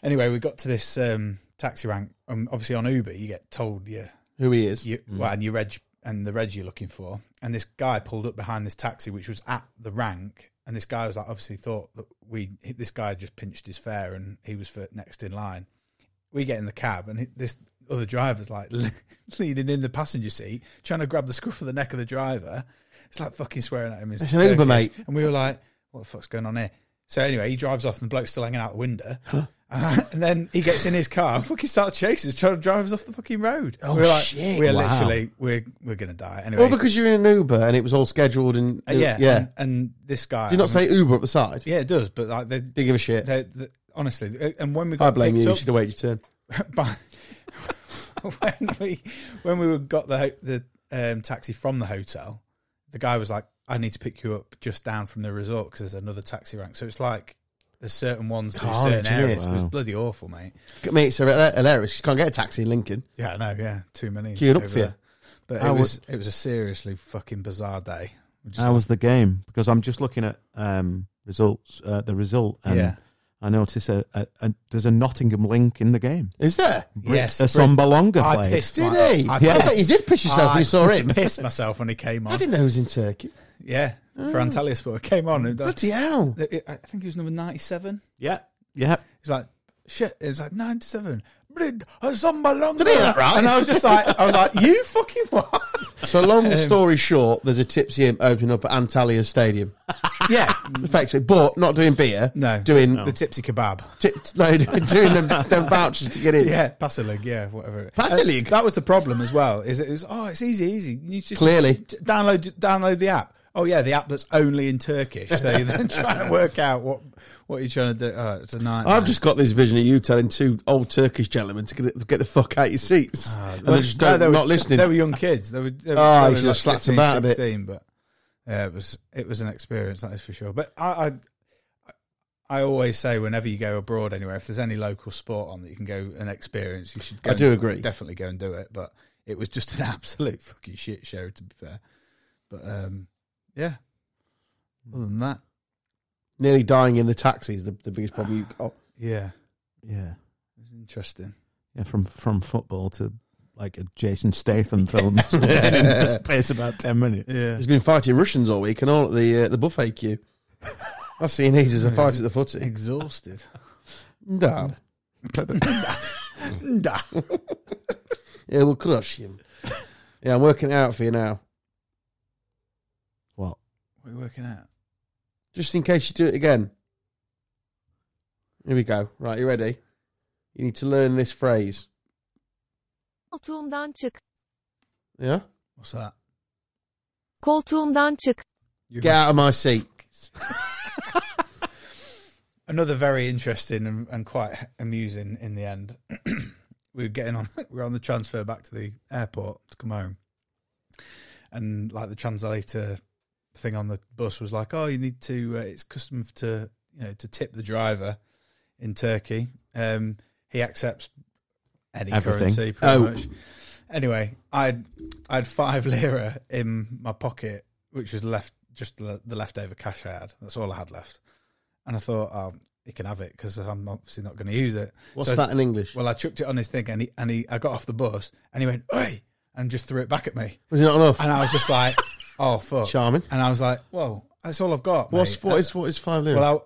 Speaker 2: Anyway, we got to this um, taxi rank. Um, obviously, on Uber, you get told your
Speaker 1: Who he is?
Speaker 2: you, well, and your reg and the reg you're looking for. And this guy pulled up behind this taxi, which was at the rank. And this guy was like, obviously thought that we this guy had just pinched his fare, and he was for next in line. We get in the cab, and it- this other driver's like leaning in the passenger seat, trying to grab the scruff of the neck of the driver. It's like fucking swearing at him.
Speaker 1: It's an Uber, mate.
Speaker 2: And we were like, what the fuck's going on here? So anyway, he drives off, and the bloke's still hanging out the window. and then he gets in his car and fucking starts chasing us, trying to drive us off the fucking road.
Speaker 1: Oh,
Speaker 2: we're like,
Speaker 1: shit.
Speaker 2: We're
Speaker 3: Wow.
Speaker 2: literally, we're we're gonna die anyway.
Speaker 1: Well, because you're in an Uber and it was all scheduled and
Speaker 2: Uh, yeah,
Speaker 1: yeah.
Speaker 2: And, and this guy, um,
Speaker 1: Did you not say Uber at the side?
Speaker 2: yeah, it does, but like they, they,
Speaker 1: Didn't give a shit.
Speaker 2: they- honestly, uh, and when we got
Speaker 1: I blame you.
Speaker 2: picked
Speaker 1: You
Speaker 2: up
Speaker 1: should have waited your turn.
Speaker 2: by, when we when we got the ho- the um, taxi from the hotel, the guy was like, "I need to pick you up just down from the resort because there's another taxi rank." So it's like there's certain ones do
Speaker 1: God,
Speaker 2: certain
Speaker 1: do you know?
Speaker 2: areas. It was
Speaker 3: Wow.
Speaker 2: bloody awful, mate.
Speaker 1: Mate, it's hila- hilarious. You can't get a taxi in Lincoln.
Speaker 2: Yeah, I know. Yeah, too many.
Speaker 1: Queued up
Speaker 2: over
Speaker 1: for you.
Speaker 2: there. But
Speaker 3: I
Speaker 2: it was it was a seriously fucking bizarre day. We just-
Speaker 3: How was the game? Because I'm just looking at um, results, uh, the result, and
Speaker 2: yeah,
Speaker 3: I notice a, a, a there's a Nottingham link in the game.
Speaker 1: Is there?
Speaker 3: Brit
Speaker 2: Yes,
Speaker 3: Asombalonga
Speaker 2: I
Speaker 3: played.
Speaker 2: pissed.
Speaker 1: Did
Speaker 2: my-
Speaker 1: he?
Speaker 2: I
Speaker 1: I,
Speaker 3: Yes.
Speaker 1: bet you did piss yourself when
Speaker 2: I
Speaker 1: you saw him.
Speaker 2: pissed myself when he came
Speaker 1: I
Speaker 2: on.
Speaker 1: didn't know he was in Turkey.
Speaker 2: Yeah, for Antalya Sport, he came on. And I
Speaker 1: Bloody hell.
Speaker 2: I think he was number ninety-seven.
Speaker 3: Yeah, yeah.
Speaker 2: He's like, shit. It was like ninety-seven. Brid Asombalonga.
Speaker 1: Did he hear that right?
Speaker 2: And I was just like, I was like, you fucking what?
Speaker 1: So, long
Speaker 2: Um,
Speaker 1: story short, there's a tipsy imp opening up at Antalya Stadium.
Speaker 2: yeah.
Speaker 1: Effectively, but not doing beer.
Speaker 2: No.
Speaker 1: Doing
Speaker 2: The tipsy kebab.
Speaker 1: tip, no, doing them, them vouchers to get in.
Speaker 2: Yeah, Pasilig, yeah, whatever.
Speaker 1: Pasilig?
Speaker 2: Uh, that was the problem as well. Is it was oh, it's easy, easy. You just
Speaker 1: Clearly.
Speaker 2: d- download download the app. Oh yeah, the app that's only in Turkish. So you're then trying to work out what what you're trying to do. Oh, it's a nightmare.
Speaker 1: I've just got this vision of you telling two old Turkish gentlemen to get, get the fuck out of your seats. and
Speaker 2: Ah, Well,
Speaker 1: they just
Speaker 2: no,
Speaker 1: don't,
Speaker 2: they were-
Speaker 1: not listening.
Speaker 2: They were young kids. They were. They were
Speaker 1: Ah,
Speaker 2: probably
Speaker 1: you should have slapped
Speaker 2: 15,
Speaker 1: them about a bit.
Speaker 2: 16, But yeah, it was it was an experience. That is for sure. But I. I I always say whenever you go abroad anywhere, if there's any local sport on that you can go and experience, you should. Go
Speaker 1: I do
Speaker 2: and-
Speaker 1: agree.
Speaker 2: Definitely go and do it. But it was just an absolute fucking shit show, to be fair. But um, yeah. Other than that,
Speaker 1: Nearly dying in the taxi is the, the biggest problem
Speaker 2: Ah.
Speaker 1: you got.
Speaker 2: yeah,
Speaker 3: Yeah,
Speaker 2: it was interesting.
Speaker 3: yeah. From from football to like a Jason Statham film, or something in the space of about ten minutes.
Speaker 2: Yeah,
Speaker 1: He's been fighting Russians all week and all at the uh, the buffet queue. I've seen these as a
Speaker 2: Yeah,
Speaker 1: fight
Speaker 2: is
Speaker 1: at the footy.
Speaker 2: exhausted.
Speaker 1: No,
Speaker 2: Nah.
Speaker 1: it will crush him. Yeah, I'm working it out for you now,
Speaker 3: What?
Speaker 2: What are you working out?
Speaker 1: just in case you do it again. Here we go. Right, you ready? You need to learn this phrase.
Speaker 5: Koltuğumdan çık.
Speaker 1: Yeah,
Speaker 2: What's that?
Speaker 5: Koltuğumdan çık.
Speaker 2: You
Speaker 1: get out of my seat.
Speaker 2: Another very interesting and, and quite amusing in the end. we were getting on, we were on the transfer back to the airport to come home, and like the translator thing on the bus was like, "Oh, you need to. Uh, it's custom to you know to tip the driver in Turkey. Um, he accepts any
Speaker 3: Everything.
Speaker 2: currency, pretty
Speaker 1: Oh.
Speaker 2: much." Anyway, I would I had five lira in my pocket, which was left just le- the leftover cash I had. That's all I had left, and I thought, "Oh, he can have it because I'm obviously not going to use it."
Speaker 1: What's
Speaker 2: So-
Speaker 1: that in English?
Speaker 2: Well, I chucked it on his thing, and he and he I got off the bus, and he went, "Oi!" and just threw it back at me,
Speaker 1: Was it not enough?
Speaker 2: and I was just like, "Oh fuck!"
Speaker 1: Charming.
Speaker 2: And I was like, "Whoa, that's all I've got."
Speaker 1: What's
Speaker 2: mate."
Speaker 1: what is what is five lira?
Speaker 2: Well,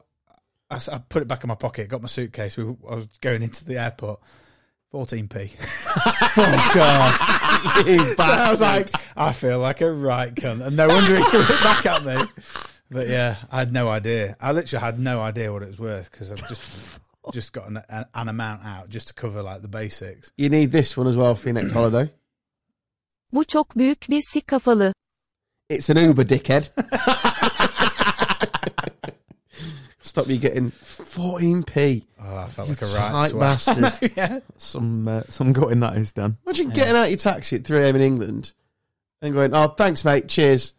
Speaker 2: I, I s- I put it back in my pocket, got my suitcase. We, were- I was going into the airport. 14p.
Speaker 1: oh God! You
Speaker 2: So I was
Speaker 1: bastard.
Speaker 2: like, I feel like a right cunt. And no wonder he threw it back at me. But yeah, I had no idea. I literally had no idea what it was worth because I've just just got an, an, an amount out just to cover like the basics.
Speaker 1: you need this one as well for your next holiday.
Speaker 5: Bu çok büyük bir sik kafalı.
Speaker 1: It's an Uber, dickhead. Stop you getting 14p.
Speaker 2: Oh, I felt like a right
Speaker 1: Tight
Speaker 2: twat.
Speaker 1: bastard.
Speaker 2: yeah.
Speaker 3: Some uh, some gut in that is Dan.
Speaker 1: Imagine getting out of your taxi at 3am in England and going, oh, thanks, mate. Cheers.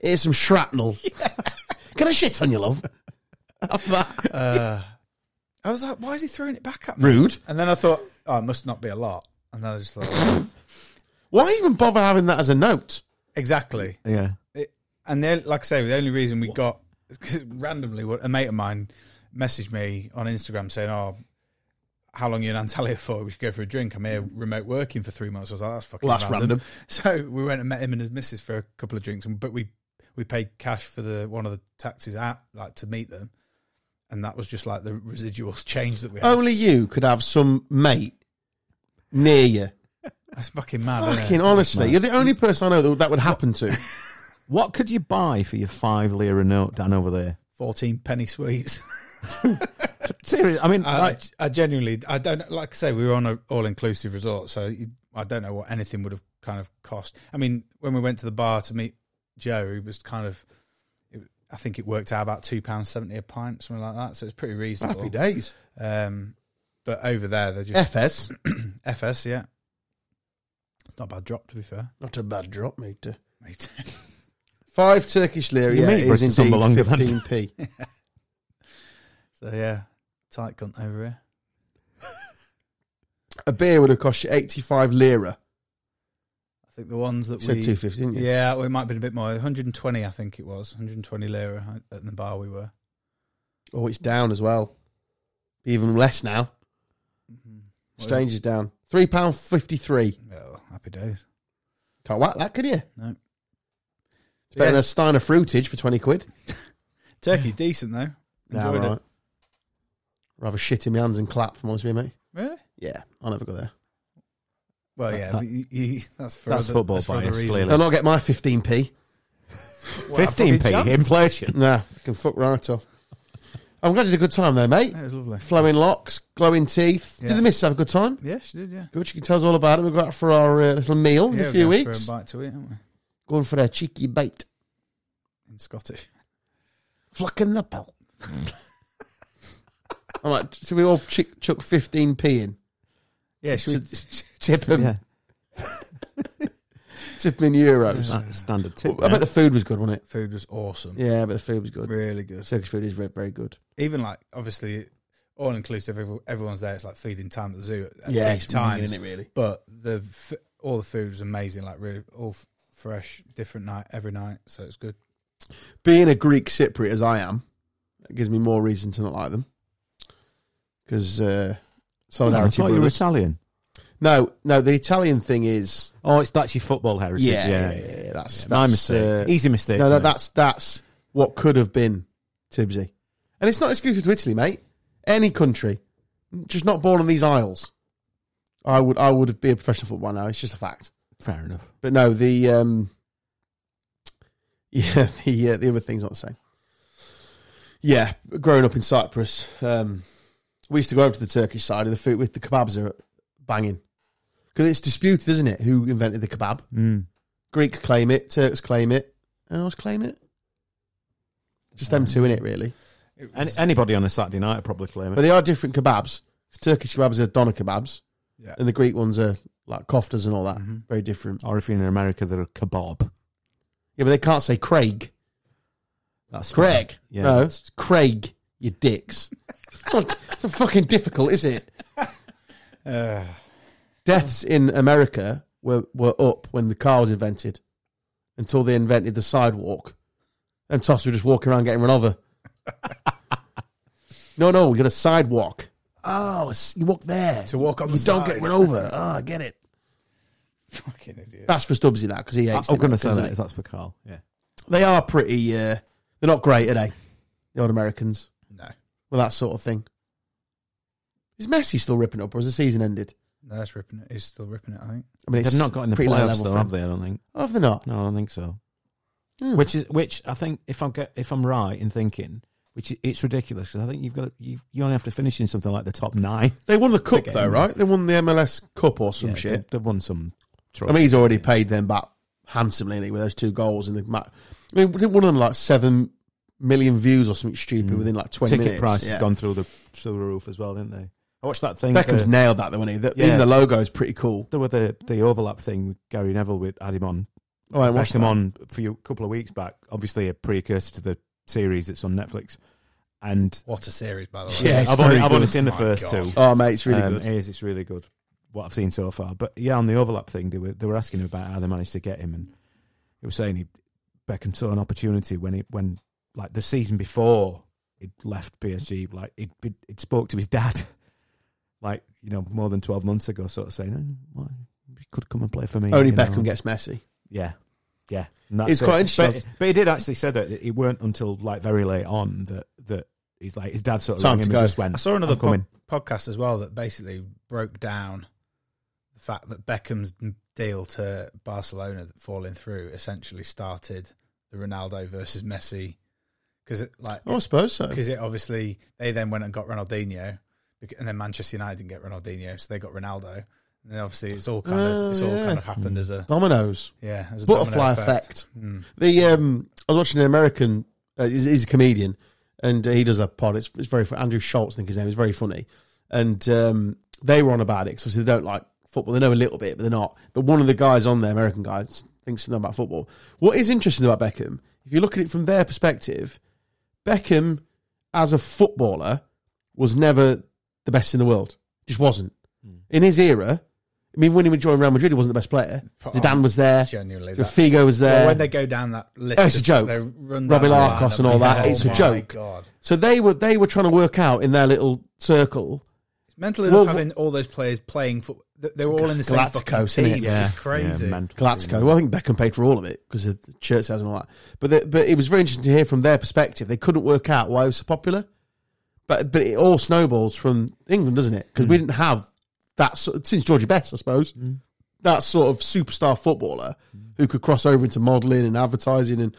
Speaker 1: Here's some shrapnel. Can I shit on you, love? Have that.
Speaker 2: Uh, I was like, why is he throwing it back at me?
Speaker 1: Rude.
Speaker 2: And then I thought, oh, it must not be a lot. And then I just thought,
Speaker 1: Why even bother having that as a note?
Speaker 2: exactly.
Speaker 3: Yeah.
Speaker 2: It, and then, like I say, the only reason we got 'cause randomly, what a mate of mine messaged me on Instagram saying, "Oh, how long are you in Antalya for? We should go for a drink. I'm here remote working for three months." I was like, "That's fucking
Speaker 1: Well, that's
Speaker 2: random.
Speaker 1: random.
Speaker 2: So we went and met him and his missus for a couple of drinks, and but we we paid cash for the one of the taxis at like to meet them, and that was just like the residuals change that we had.
Speaker 1: Only you could have some mate near you.
Speaker 2: that's fucking mad. isn't it?
Speaker 1: Fucking honestly, you're the only person I know that that would happen to.
Speaker 3: What could you buy for your five lira note down over there?
Speaker 2: fourteen penny sweets.
Speaker 3: Seriously, I
Speaker 1: Uh,
Speaker 3: mean,
Speaker 2: I,
Speaker 3: like,
Speaker 2: I genuinely, I don't like I say we were on an all inclusive resort, so you, I don't know what anything would have kind of cost. I mean, when we went to the bar to meet Joe, it was kind of, it, I think it worked out about two pounds seventy a pint, something like that. So it's pretty reasonable.
Speaker 1: Happy days.
Speaker 2: Um, but over there, they're just
Speaker 1: FS.
Speaker 2: FS, yeah. It's not a bad drop to be fair.
Speaker 1: Not a bad drop, mate.
Speaker 2: Mate.
Speaker 1: Five Turkish lira
Speaker 3: Your
Speaker 1: yeah,
Speaker 3: meat
Speaker 1: is
Speaker 3: brushes don't
Speaker 1: indeed
Speaker 3: belong to that.
Speaker 1: 15p.
Speaker 2: so yeah, tight cunt over here.
Speaker 1: a beer would have cost you 85 lira.
Speaker 2: I think the ones that
Speaker 1: You said
Speaker 2: we
Speaker 1: 250, didn't you?
Speaker 2: Yeah, well, it might have been a bit more. 120, I think it was. 120 lira uh, at the bar we were.
Speaker 1: Oh, it's down as well. Even less now. Exchange is down. £3.53.
Speaker 2: Well, happy days.
Speaker 1: Can't whack that, can you?
Speaker 2: No.
Speaker 1: It's better
Speaker 2: Yeah.
Speaker 1: than a stein of fruitage for 20 quid.
Speaker 2: Turkey's decent, though.
Speaker 1: No,
Speaker 2: Enjoyed
Speaker 1: right. Rather shit in my hands and clap, if I'm honest with you, mate.
Speaker 2: it. Really?
Speaker 1: Yeah, I'll never go there.
Speaker 2: Well,
Speaker 3: That-
Speaker 2: yeah,
Speaker 3: that-
Speaker 2: but you, you, that's for
Speaker 3: That's
Speaker 2: other-
Speaker 3: football
Speaker 2: for other
Speaker 3: bias,
Speaker 2: reasons.
Speaker 3: clearly.
Speaker 1: They'll not get my 15p.
Speaker 2: Well, I fucking
Speaker 3: fifteen p
Speaker 2: jumped.
Speaker 3: inflation.
Speaker 1: Nah, you can fuck right off. I'm glad you had a good time there, mate.
Speaker 2: Yeah, It was lovely.
Speaker 1: Flowing locks, glowing teeth.
Speaker 2: Yeah.
Speaker 1: Did the missus have a good time?
Speaker 2: Yeah, she did, yeah.
Speaker 1: Good, she can tell us all about it. We'll go out for our uh, little meal in
Speaker 2: yeah,
Speaker 1: a
Speaker 2: we're
Speaker 1: few
Speaker 2: going
Speaker 1: weeks.
Speaker 2: For a bite to eat, aren't we?
Speaker 1: Going for a cheeky bite.
Speaker 2: In Scottish.
Speaker 1: Flucking the bell. I'm like, so we all chuck, chuck 15p in.
Speaker 2: Yeah, she
Speaker 1: To-
Speaker 2: was.
Speaker 1: Tip them,
Speaker 3: Yeah,
Speaker 1: tip 'em in euros.
Speaker 3: that's standard tip.
Speaker 1: Well, I bet the food was good, wasn't it?
Speaker 2: Food was awesome.
Speaker 1: Yeah, but the food was good.
Speaker 2: Really good.
Speaker 1: Turkish food is very, very good.
Speaker 2: Even like, obviously, all inclusive, everyone's there. It's like feeding time at the zoo at
Speaker 1: yeah,
Speaker 2: peak times.
Speaker 1: it really?
Speaker 2: but the f- all the food was amazing. Like really, all f- fresh, different night every night, so it's good.
Speaker 1: being a Greek Cypriot as I am, it gives me more reason to not like them. Because uh,
Speaker 3: I
Speaker 1: solidarity
Speaker 3: thought you were
Speaker 1: brothers.
Speaker 3: Italian.
Speaker 1: No, no, the Italian thing is
Speaker 3: Oh, it's that's your football heritage. Yeah,
Speaker 1: that's, that's
Speaker 3: my mistake.
Speaker 1: uh,
Speaker 3: Easy mistake.
Speaker 1: no,
Speaker 3: isn't
Speaker 1: no,
Speaker 3: it?
Speaker 1: that's that's what could have been Tibbsy, and it's not exclusive to Italy, mate. Any country, just not born on these isles. I would I would be a professional footballer now. It's just a fact.
Speaker 3: fair enough.
Speaker 1: But no, the um, yeah, the uh, the other thing's not the same. Yeah, growing up in Cyprus, um, we used to go over to the Turkish side of the food with the kebabs are banging because it's disputed, isn't it? Who invented the kebab?
Speaker 3: Mm.
Speaker 1: Greeks claim it, Turks claim it, and else claim it. Just them two in it, really.
Speaker 2: It
Speaker 3: Any,
Speaker 2: was,
Speaker 3: anybody on a Saturday night would probably claim it.
Speaker 1: But they are different kebabs. 'Cause Turkish kebabs are doner kebabs,
Speaker 2: yeah.
Speaker 1: and the Greek ones are like koftas and all that.
Speaker 2: Mhm.
Speaker 1: Very different.
Speaker 3: or if you're in America, they're a kebab.
Speaker 1: Yeah, but they can't say Craig.
Speaker 3: That's
Speaker 1: Craig.
Speaker 3: fine. Yeah,
Speaker 1: no,
Speaker 3: that's-
Speaker 1: it's Craig. You dicks. it's not it's not fucking difficult, is it?
Speaker 2: Uh,
Speaker 1: Deaths in America were, were up when the car was invented, until they invented the sidewalk, and toss were just walking around getting run over. no, no, we got a sidewalk. Oh, it's- you walk there.
Speaker 2: to walk on
Speaker 1: you
Speaker 2: the
Speaker 1: don't
Speaker 2: side.
Speaker 1: get run over. Oh, I get it.
Speaker 2: Fucking idiot.
Speaker 1: That's for Stubbsy that because he
Speaker 3: I-
Speaker 1: hates.
Speaker 3: I'm
Speaker 1: it,
Speaker 3: going to say
Speaker 1: doesn't
Speaker 3: that
Speaker 1: he?
Speaker 3: that's for Carl. Yeah,
Speaker 1: They are pretty. Uh, they're not great, are they? The old Americans.
Speaker 2: No,
Speaker 1: Well, that sort of thing. Is Messi still ripping up, or has the season ended?
Speaker 2: no, that's ripping it. He's still ripping it. I think.
Speaker 1: I mean,
Speaker 3: they've not got in the
Speaker 1: pretty low
Speaker 3: playoffs
Speaker 1: level
Speaker 3: though,
Speaker 1: for
Speaker 3: have
Speaker 1: him.
Speaker 3: they? I don't think.
Speaker 1: Oh, have they not?
Speaker 3: No, I don't think so.
Speaker 1: Hmm.
Speaker 3: Which is which I think if I'm get, if I'm right in thinking, which i- it's ridiculous because I think you've got to, you you only have to finish in something like the top nine.
Speaker 1: They won the cup
Speaker 3: again.
Speaker 1: though, right? They won the MLS Cup or some
Speaker 3: Yeah,
Speaker 1: shit.
Speaker 3: They, have won some. Trophy.
Speaker 1: I mean, he's already paid them back handsomely hasn't he, with those two goals in the match. I mean, didn't one of them like seven million views or something stupid
Speaker 3: Mm.
Speaker 1: within like twenty
Speaker 3: ticket
Speaker 1: minutes?
Speaker 3: price
Speaker 1: Yeah.
Speaker 3: has gone through the through the roof as well, didn't they? I watched that thing.
Speaker 1: Beckham's
Speaker 3: the-
Speaker 1: nailed that though, wasn't he? The,
Speaker 3: Yeah.
Speaker 1: Even the logo is pretty cool.
Speaker 3: there were the the overlap thing with Gary Neville with had him on.
Speaker 1: Oh, I watched
Speaker 3: Had him
Speaker 1: that.
Speaker 3: on for a couple of weeks back. Obviously, a precursor to the series that's on Netflix. and
Speaker 2: What a series, by the way.
Speaker 1: Yeah, it's
Speaker 3: I've only,
Speaker 1: very
Speaker 3: I've only
Speaker 1: good.
Speaker 3: seen the
Speaker 2: My
Speaker 3: first
Speaker 2: God.
Speaker 3: two.
Speaker 1: Oh, mate, it's really
Speaker 3: Um,
Speaker 1: good.
Speaker 3: It is. It's really good. What I've seen so far. But yeah, on the overlap thing, they were they were asking about how they managed to get him, and it was saying he Beckham saw an opportunity when he when like the season before he'd left PSG, like he'd he'd, he'd spoke to his dad, like you know more than twelve months ago, sort of saying, oh, well, he could come and play for me.
Speaker 1: Only
Speaker 3: you know,
Speaker 1: Beckham
Speaker 3: and-
Speaker 1: gets messy.
Speaker 3: yeah, yeah. And that's
Speaker 1: It's quite
Speaker 3: it.
Speaker 1: interesting.
Speaker 3: But, but he did actually say that it weren't until like very late on that that he's like his dad sort of
Speaker 1: Time
Speaker 3: rang
Speaker 1: to
Speaker 3: him
Speaker 1: go.
Speaker 3: and just
Speaker 2: I
Speaker 3: went.
Speaker 2: saw another
Speaker 3: I'm coming.
Speaker 2: pod- podcast as well that basically broke down the fact that Beckham's deal to Barcelona falling through essentially started the Ronaldo versus Messi because it like
Speaker 1: Oh, I suppose so.
Speaker 2: because it obviously they then went and got Ronaldinho, bec- and then Manchester United didn't get Ronaldinho, so they got Ronaldo. And then obviously it's all kind
Speaker 1: Oh,
Speaker 2: of it's all
Speaker 1: yeah.
Speaker 2: kind of happened as a
Speaker 1: Dominoes.
Speaker 2: yeah as a
Speaker 1: Butterfly
Speaker 2: domino
Speaker 1: effect.
Speaker 2: Mm.
Speaker 1: The um, I was watching an American. Uh, he's, he's a comedian, and uh, he does a pod. It's, it's very fun. Andrew Schultz, I think his name is very funny. And um, they were on about it because obviously they don't like football. They know a little bit, but they're not. But one of the guys on there, American guys, thinks they know about football. What is interesting about Beckham, if you look at it from their perspective, Beckham as a footballer was never the best in the world. Just wasn't
Speaker 2: Hmm.
Speaker 1: in his era. I mean, when he joined Real Madrid, he wasn't the best player. Zidane was there.
Speaker 2: Genuinely, that-
Speaker 1: Figo was there.
Speaker 2: Well, when they go down that list,
Speaker 1: Oh, it's a
Speaker 2: of-
Speaker 1: joke.
Speaker 2: they run down
Speaker 1: Robbie
Speaker 2: the
Speaker 1: Larkos
Speaker 2: lineup
Speaker 1: and all that,
Speaker 2: go,
Speaker 1: it's a
Speaker 2: my
Speaker 1: joke.
Speaker 2: God.
Speaker 1: So they were they were trying to work out in their little circle.
Speaker 2: It's mental
Speaker 1: Well,
Speaker 2: enough
Speaker 1: wh-
Speaker 2: having all those players playing for. th- They were all in the same fucking
Speaker 1: Galacticos, innit?
Speaker 2: team.
Speaker 1: Yeah.
Speaker 2: It's crazy.
Speaker 3: Yeah, mental.
Speaker 1: Galactico. Well, I think Beckham paid for all of it because of the shirt sales and all that. But they, but it was very interesting to hear from their perspective. They couldn't work out why it was so popular. But but it all snowballs from England, doesn't it?
Speaker 2: Mm.
Speaker 1: Because we didn't have that sort since Georgie Best, I suppose. That sort of superstar footballer who could cross over into modelling and advertising, and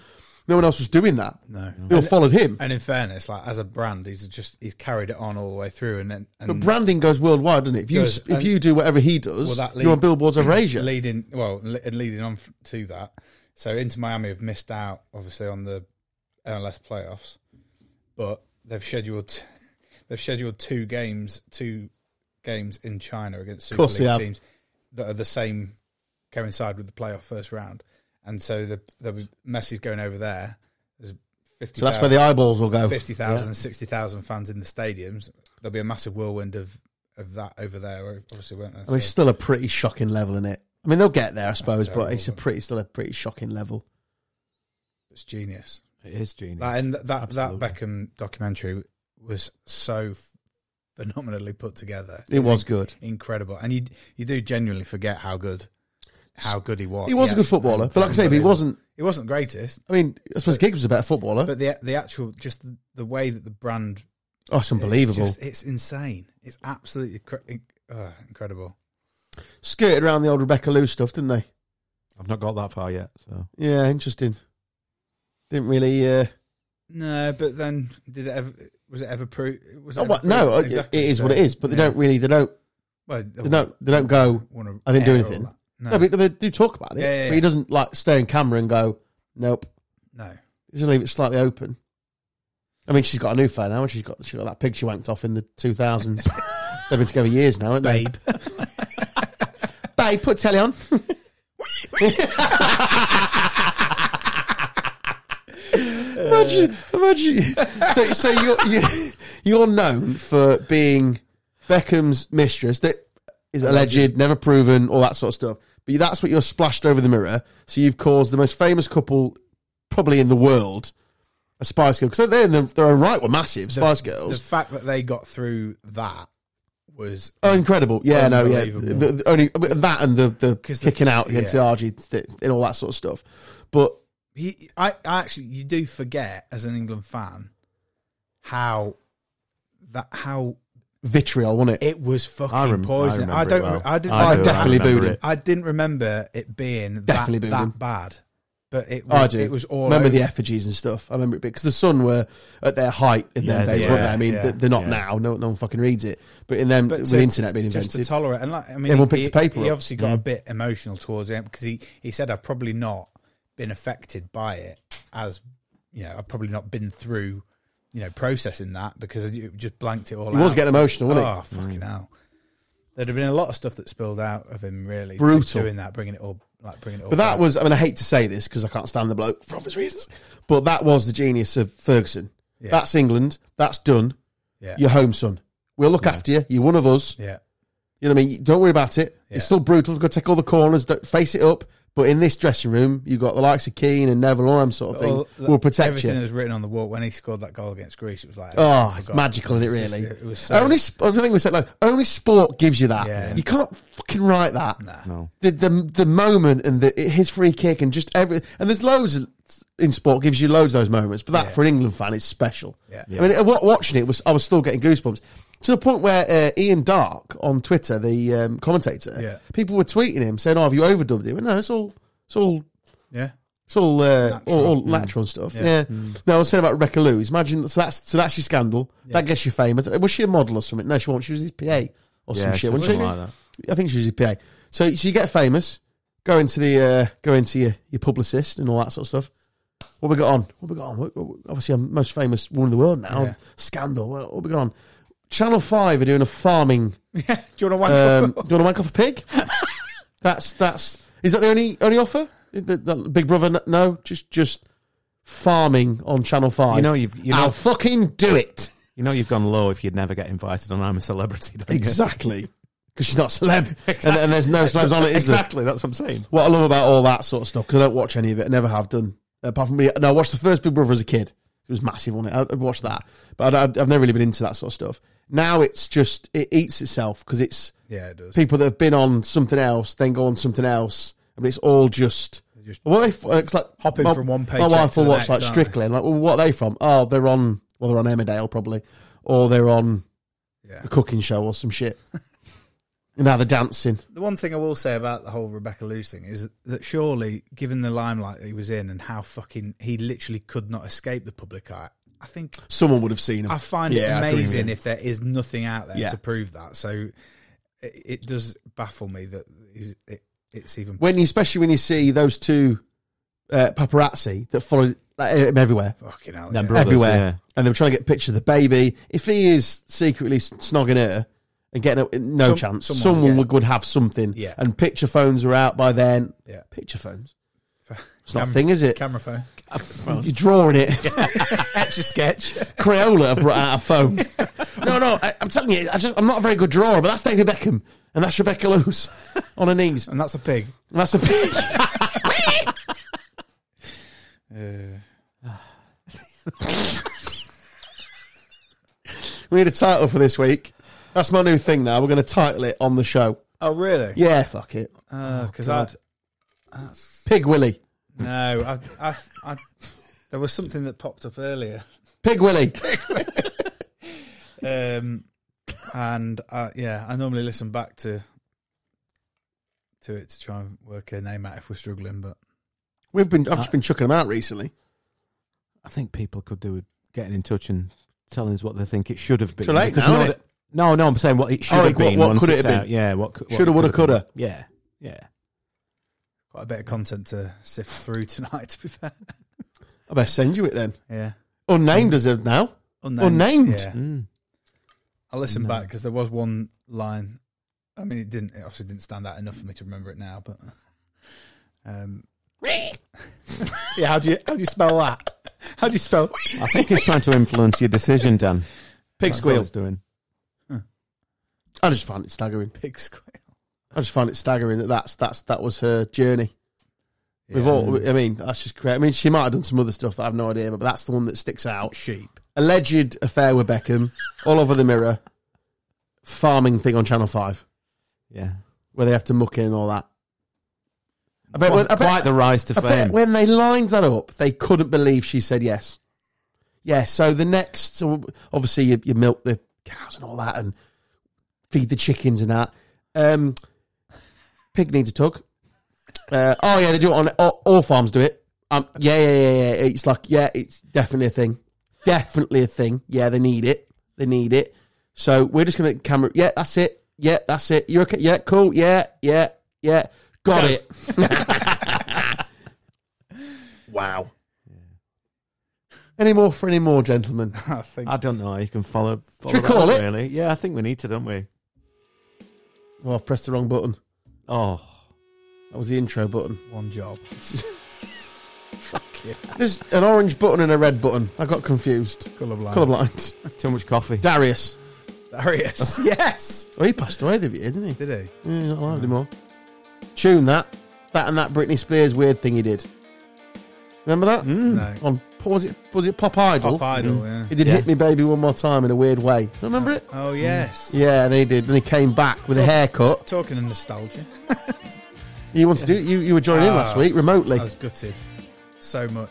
Speaker 1: no one else was doing that.
Speaker 2: No.
Speaker 1: They all followed him.
Speaker 2: And in fairness, like as a brand, he's just he's carried it on all the way through, and then and
Speaker 1: But branding goes worldwide, doesn't it? If you
Speaker 2: Does,
Speaker 1: if
Speaker 2: and-
Speaker 1: you do whatever he does,
Speaker 2: Well, that
Speaker 1: you're on
Speaker 2: lead-
Speaker 1: billboards over Asia.
Speaker 2: leading well le- and leading on f- to that. So into Miami have missed out obviously on the MLS playoffs, but they've scheduled t- they've scheduled two games two games in China against Super
Speaker 1: course they
Speaker 2: League
Speaker 1: have.
Speaker 2: teams that are the same coincide with the playoff first round, and so the the Messi's going over there. There's fifty.
Speaker 1: So that's where the eyeballs will go.
Speaker 2: 50,000, 60,000 fans in the stadiums. There'll be a massive whirlwind of, of that over there, obviously, won't there?
Speaker 1: I mean, it's
Speaker 2: So-
Speaker 1: still a pretty shocking level, in it? I mean, they'll get there, I suppose, but
Speaker 2: terrible,
Speaker 1: it's a
Speaker 2: but-
Speaker 1: pretty, still a pretty shocking level.
Speaker 2: It's genius.
Speaker 3: It is genius.
Speaker 2: That and that
Speaker 3: Absolutely.
Speaker 2: that Beckham documentary was so f- phenomenally put together.
Speaker 1: It was good.
Speaker 2: incredible, and you you do genuinely forget how good how good he was.
Speaker 1: He was a
Speaker 2: Yeah.
Speaker 1: good footballer, but like I say, but he
Speaker 2: Unbelievable.
Speaker 1: wasn't.
Speaker 2: He wasn't the greatest,
Speaker 1: I mean, I suppose
Speaker 2: But-
Speaker 1: Giggs was a better footballer.
Speaker 2: but the the actual just the, the way that the brand
Speaker 1: oh, it's unbelievable.
Speaker 2: It's, just- it's insane. It's absolutely cr- in- uh, incredible.
Speaker 1: Skirted around the old Rebecca Lou stuff, didn't they?
Speaker 3: I've not got that far yet. So
Speaker 1: Yeah, interesting. Didn't really. Uh,
Speaker 2: No, but then did it ever? Was it ever proved? Was it
Speaker 1: oh,
Speaker 2: ever
Speaker 1: what? No,
Speaker 2: proved?
Speaker 1: it-
Speaker 2: Exactly.
Speaker 1: it is
Speaker 2: So,
Speaker 1: what it is. But they
Speaker 2: yeah.
Speaker 1: don't really. They don't.
Speaker 2: Well, oh,
Speaker 1: They don't. They don't go.
Speaker 2: wanna
Speaker 1: I didn't do
Speaker 2: air all
Speaker 1: anything.
Speaker 2: that.
Speaker 1: No,
Speaker 2: No,
Speaker 1: but they do talk about it.
Speaker 2: Yeah, yeah,
Speaker 1: But he
Speaker 2: yeah.
Speaker 1: doesn't like stare in camera and go, "Nope."
Speaker 2: no.
Speaker 1: Just leave it slightly open. I mean, she's got a new phone now, and she's got she got that pig she wanked off in the two thousands. They've been together years now, haven't they? Babe, babe, put telly on. imagine, imagine. So, so you're you, you're known for being Beckham's mistress. That is alleged, never proven, all that sort of stuff. But that's what you're splashed over the mirror. So you've caused the most famous couple probably in the world, a Spice Girl, because they in their, their own right were massive. Spice Girls,
Speaker 2: The fact that they got through that was
Speaker 1: oh, incredible. Yeah, no, yeah.
Speaker 2: Unbelievable.
Speaker 1: The, the only that and the the
Speaker 2: 'Cause the-
Speaker 1: kicking out against
Speaker 2: yeah.
Speaker 1: the RG th- and all that sort of stuff. But
Speaker 2: he, I, I actually you do forget as an England fan how that how
Speaker 1: vitriol, wasn't it?
Speaker 2: it was fucking
Speaker 3: I, rem- I
Speaker 2: poison.
Speaker 3: remember
Speaker 2: I, don't.
Speaker 3: It well.
Speaker 2: I didn't.
Speaker 1: I
Speaker 2: I,
Speaker 3: do,
Speaker 1: definitely
Speaker 3: remember
Speaker 1: booed him.
Speaker 3: it.
Speaker 2: didn't remember it being
Speaker 1: Definitely
Speaker 2: that,
Speaker 1: booing.
Speaker 2: that bad. But it
Speaker 1: I
Speaker 2: was,
Speaker 1: do.
Speaker 2: it was all
Speaker 1: remember
Speaker 2: over.
Speaker 1: the effigies and stuff. I remember it because the Sun were at their height in
Speaker 3: Yeah,
Speaker 1: them
Speaker 3: they
Speaker 1: days,
Speaker 3: were.
Speaker 1: weren't they? I mean,
Speaker 2: Yeah,
Speaker 1: they're- they're not
Speaker 3: yeah.
Speaker 1: now. No, no one fucking reads it. But in them, with
Speaker 2: to-
Speaker 1: the internet being
Speaker 2: just
Speaker 1: invented,
Speaker 2: to tolerate and like I mean,
Speaker 1: Everyone
Speaker 2: he,
Speaker 1: picked the paper
Speaker 2: He
Speaker 1: up. Mm.
Speaker 2: obviously got a bit emotional towards it because he he said I've probably not been affected by it as you know I've probably not been through you know processing that because it just blanked it all out.
Speaker 1: he was getting emotional, wasn't he?
Speaker 2: oh fucking hell! There'd have been a lot of stuff that spilled out of him really
Speaker 1: Brutal.
Speaker 2: doing that, bringing it all like bringing it all.
Speaker 1: But that
Speaker 2: back.
Speaker 1: was, I mean, I hate to say this because I can't stand the bloke for obvious reasons, but that was the genius of Ferguson.
Speaker 2: Yeah.
Speaker 1: That's England. That's done.
Speaker 2: Yeah.
Speaker 1: You're home, son. We'll look after you. You're one of us.
Speaker 2: Yeah.
Speaker 1: You know what I mean? Don't worry about it.
Speaker 2: Yeah.
Speaker 1: It's still brutal. Go take all the corners. Don't face it up. But in this dressing room, you've got the likes of Keane and Neville, all them sort of thing.
Speaker 2: All that-
Speaker 1: we'll protect
Speaker 2: Oh, everything that
Speaker 1: you.
Speaker 2: was written on the wall when he scored that goal against Greece. It was like,
Speaker 1: Oh,
Speaker 2: I
Speaker 1: it's
Speaker 2: forgot.
Speaker 1: magical, isn't it?
Speaker 2: It was just-
Speaker 1: Really,
Speaker 2: it was so-
Speaker 1: only. sp- I think we said like only sport gives you that.
Speaker 2: Yeah.
Speaker 1: You can't fucking write that.
Speaker 3: No.
Speaker 1: the the the moment and the his free kick and just every and there's loads of, in sport gives you loads of those moments, but that for an England fan is special.
Speaker 2: Yeah.
Speaker 1: I mean, uh, wa- watching it was I was still getting goosebumps to the point where uh, Ian Dark on Twitter, the um, commentator,
Speaker 2: Yeah.
Speaker 1: people were tweeting him saying, "Oh, have you overdubbed him?" And no, it's all it's all
Speaker 2: Yeah.
Speaker 1: it's all uh,
Speaker 2: Natural.
Speaker 1: all, all natural and stuff. Yeah. No, I was saying about Rebecca Lewis. Imagine so that's so that's your scandal. That gets you famous. Was she a model or something? No, she wasn't. She was his PA or some
Speaker 3: Yeah,
Speaker 1: shit. Wasn't
Speaker 3: something
Speaker 1: she?
Speaker 3: like that.
Speaker 1: I think she was your PA. So, so you get famous, go into the uh, go into your, your publicist and all that sort of stuff. What we got on? What we got on? What- what- Obviously, I'm the most famous woman in the world now.
Speaker 2: Yeah.
Speaker 1: Scandal. What, what we got on? Channel Five are doing a farming.
Speaker 2: Do you want to
Speaker 1: Um, do you want to wank off a pig? that's that's. Is that the only only offer? The- the Big Brother? n- No, just just farming on Channel Five.
Speaker 3: You know, you've you
Speaker 1: I'll
Speaker 3: know,
Speaker 1: fucking do it.
Speaker 3: you know you've gone low if you'd never get invited on I'm a Celebrity. Don't you?
Speaker 1: Exactly. Because she's not a celeb, and, and there's no celebs on it, is there?
Speaker 3: Exactly, that's what I'm saying.
Speaker 1: what I love about all that sort of stuff because I don't watch any of it. I never have done. Apart from me, no, I watched the first Big Brother as a kid. It was massive, wasn't it? I, I watched that, but I, I, I've never really been into that sort of stuff. Now it's just it eats itself because it's
Speaker 2: yeah, it does.
Speaker 1: people that have been on something else, then go on something else. I mean, it's all just.
Speaker 2: just
Speaker 1: Well, they f- uh, it's like
Speaker 2: hopping
Speaker 1: my,
Speaker 2: from one
Speaker 1: My
Speaker 2: paycheck
Speaker 1: wife
Speaker 2: to
Speaker 1: will
Speaker 2: the
Speaker 1: watch
Speaker 2: next,
Speaker 1: like
Speaker 2: aren't
Speaker 1: Strictly. and Like, well, what are they from? Oh, they're on. Well, they're on Emmerdale probably, or they're on
Speaker 2: Yeah.
Speaker 1: a cooking show or some shit. and now they're dancing.
Speaker 2: The one thing I will say about the whole Rebecca Lewis thing is that surely, given the limelight that he was in and how fucking he literally could not escape the public eye, I think
Speaker 1: Someone would have seen them.
Speaker 2: I find
Speaker 1: Yeah, I agree
Speaker 2: it
Speaker 1: with
Speaker 2: amazing
Speaker 1: you.
Speaker 2: if there is nothing out there
Speaker 1: Yeah.
Speaker 2: to prove that. So it, it does baffle me that he's- it, it's even.
Speaker 1: when you, especially when you see those two uh, paparazzi that followed like, him everywhere,
Speaker 2: Fucking hell.
Speaker 3: Them
Speaker 2: yeah.
Speaker 3: brothers,
Speaker 1: everywhere,
Speaker 3: yeah.
Speaker 1: and they were trying to get a picture of the baby. If he is secretly s- snogging her and getting a, no
Speaker 2: Some-
Speaker 1: chance,
Speaker 2: someone's
Speaker 1: someone
Speaker 2: getting-
Speaker 1: would, would have something.
Speaker 2: Yeah.
Speaker 1: And picture phones are out by then.
Speaker 2: Yeah.
Speaker 1: Picture phones. It's not a
Speaker 2: Cam-
Speaker 1: thing, is it?
Speaker 2: Camera phone.
Speaker 1: You're drawing it.
Speaker 3: Etch a sketch.
Speaker 1: Crayola have brought out a phone. no, no, I, I'm telling you, I just, I'm not a very good drawer, but that's David Beckham and that's Rebecca Lewis on her knees.
Speaker 2: And that's a pig.
Speaker 1: And that's a picture. Uh, We need a title for this week. That's my new thing now. We're going to title it on the show.
Speaker 2: oh, really?
Speaker 1: Yeah, Oh, fuck it.
Speaker 2: Because I. That's,
Speaker 1: Pig Willy.
Speaker 2: No, I, I, I, there was something that popped up earlier,
Speaker 1: Pig Willy.
Speaker 2: um, and I, yeah, I normally listen back to to it to try and work a name out if we're struggling. But
Speaker 1: We've been. I've just been chucking them out recently.
Speaker 3: I think people could do with getting in touch and telling us what they think it should have been.
Speaker 1: Too late
Speaker 3: Because
Speaker 1: now,
Speaker 3: no,
Speaker 1: isn't it?
Speaker 3: that- no, no, I'm saying what it should
Speaker 1: Oh,
Speaker 3: have
Speaker 1: like, what-
Speaker 3: been.
Speaker 1: what
Speaker 3: once
Speaker 1: could it
Speaker 3: it's
Speaker 1: have been?
Speaker 3: out. Yeah, what, cou- what
Speaker 1: Shoulda,
Speaker 3: it
Speaker 1: woulda,
Speaker 3: could have
Speaker 1: coulda.
Speaker 3: been. Yeah, yeah.
Speaker 2: quite a bit of content to sift through tonight. To be fair,
Speaker 1: I best send you it then.
Speaker 2: yeah,
Speaker 1: Unnamed as of now.
Speaker 2: unnamed.
Speaker 1: Unnamed?
Speaker 2: Yeah,
Speaker 3: Mm.
Speaker 2: I listened back
Speaker 3: Unnamed.
Speaker 2: because there was one line. I mean, it didn't. It obviously didn't stand out enough for me to remember it now. But um, yeah, how do you how do you spell that? How do you spell?
Speaker 3: I think he's trying to influence your decision, Dan.
Speaker 1: Pig
Speaker 3: That's all
Speaker 1: squeal.
Speaker 3: he's doing.
Speaker 1: I just find it staggering.
Speaker 2: Pig square.
Speaker 1: I just find it staggering that that's that's that was her journey. We've
Speaker 2: Yeah.
Speaker 1: all. I mean, that's just great. I mean, she might have done some other stuff that I've no idea, about, but that's the one that sticks out.
Speaker 2: sheep.
Speaker 1: Alleged affair with Beckham, all over the mirror. Farming thing on Channel Five,
Speaker 3: Yeah.
Speaker 1: where they have to muck in and all that. I bet.
Speaker 3: Quite,
Speaker 1: I bet
Speaker 3: the rise to
Speaker 1: I bet
Speaker 3: fame.
Speaker 1: when they lined that up, they couldn't believe she said yes. Yeah, so the next, so obviously, you, you milk the cows and all that and feed the chickens and that. Um, pig needs a tug. Uh, oh, yeah, they do it on all, all farms, do it. Um, yeah, yeah, yeah, yeah. It's like, yeah, it's definitely a thing. Definitely a thing. Yeah, they need it. They need it. So we're just going to camera. Yeah, that's it. Yeah, that's it. You're okay. Yeah, cool. Yeah, yeah, yeah. Got it. Wow. Any more for any more, gentlemen?
Speaker 2: I think
Speaker 3: I don't know. You can follow. follow
Speaker 1: Should we
Speaker 3: that
Speaker 1: call
Speaker 3: up,
Speaker 1: it?
Speaker 3: Really? Yeah, I think we need to, don't we?
Speaker 1: Well, I've pressed the wrong button.
Speaker 3: Oh.
Speaker 1: That was the intro button.
Speaker 2: one job.
Speaker 1: Fuck. There's an orange button and a red button. I got confused.
Speaker 2: Colourblind.
Speaker 1: Colorblind.
Speaker 3: Too much coffee.
Speaker 1: Darius.
Speaker 2: Darius. yes.
Speaker 1: Oh, he passed away the year, didn't he?
Speaker 2: Did he?
Speaker 1: Yeah, he's not alive anymore. Tune that. That and that Britney Spears weird thing he did. Remember that?
Speaker 2: No.
Speaker 1: On what was it? Was it Pop Idol?
Speaker 2: Mm. Pop Idol, yeah.
Speaker 1: Oh, mm. He did
Speaker 3: Yeah.
Speaker 1: hit me baby one more time in a weird way. Remember it?
Speaker 2: Oh, yes.
Speaker 1: Yeah, and he did. Then he came back with a haircut.
Speaker 2: Talking of nostalgia,
Speaker 1: You wanted to do? You you were joining in last
Speaker 2: Ah.
Speaker 1: week remotely.
Speaker 2: I was gutted. So much.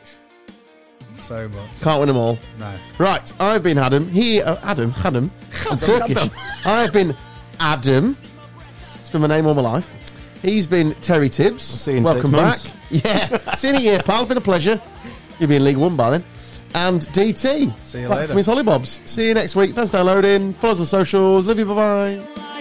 Speaker 2: So much.
Speaker 1: Can't win them all.
Speaker 2: No.
Speaker 1: Right, I've been Adam. He, uh, Adam, Adam. I'm Turkish. I've been Adam. It's been my name all my life. He's been Terry Tibbs.
Speaker 3: see you in
Speaker 1: Welcome
Speaker 3: six
Speaker 1: back.
Speaker 3: months.
Speaker 1: Yeah, seen you here, pal. It's been a pleasure. You'll be in League One by then. And DT.
Speaker 2: See you
Speaker 1: back
Speaker 2: later.
Speaker 1: From his Hollybobs. See you next week. Thanks for downloading. Follow us on socials. Love you. Bye bye.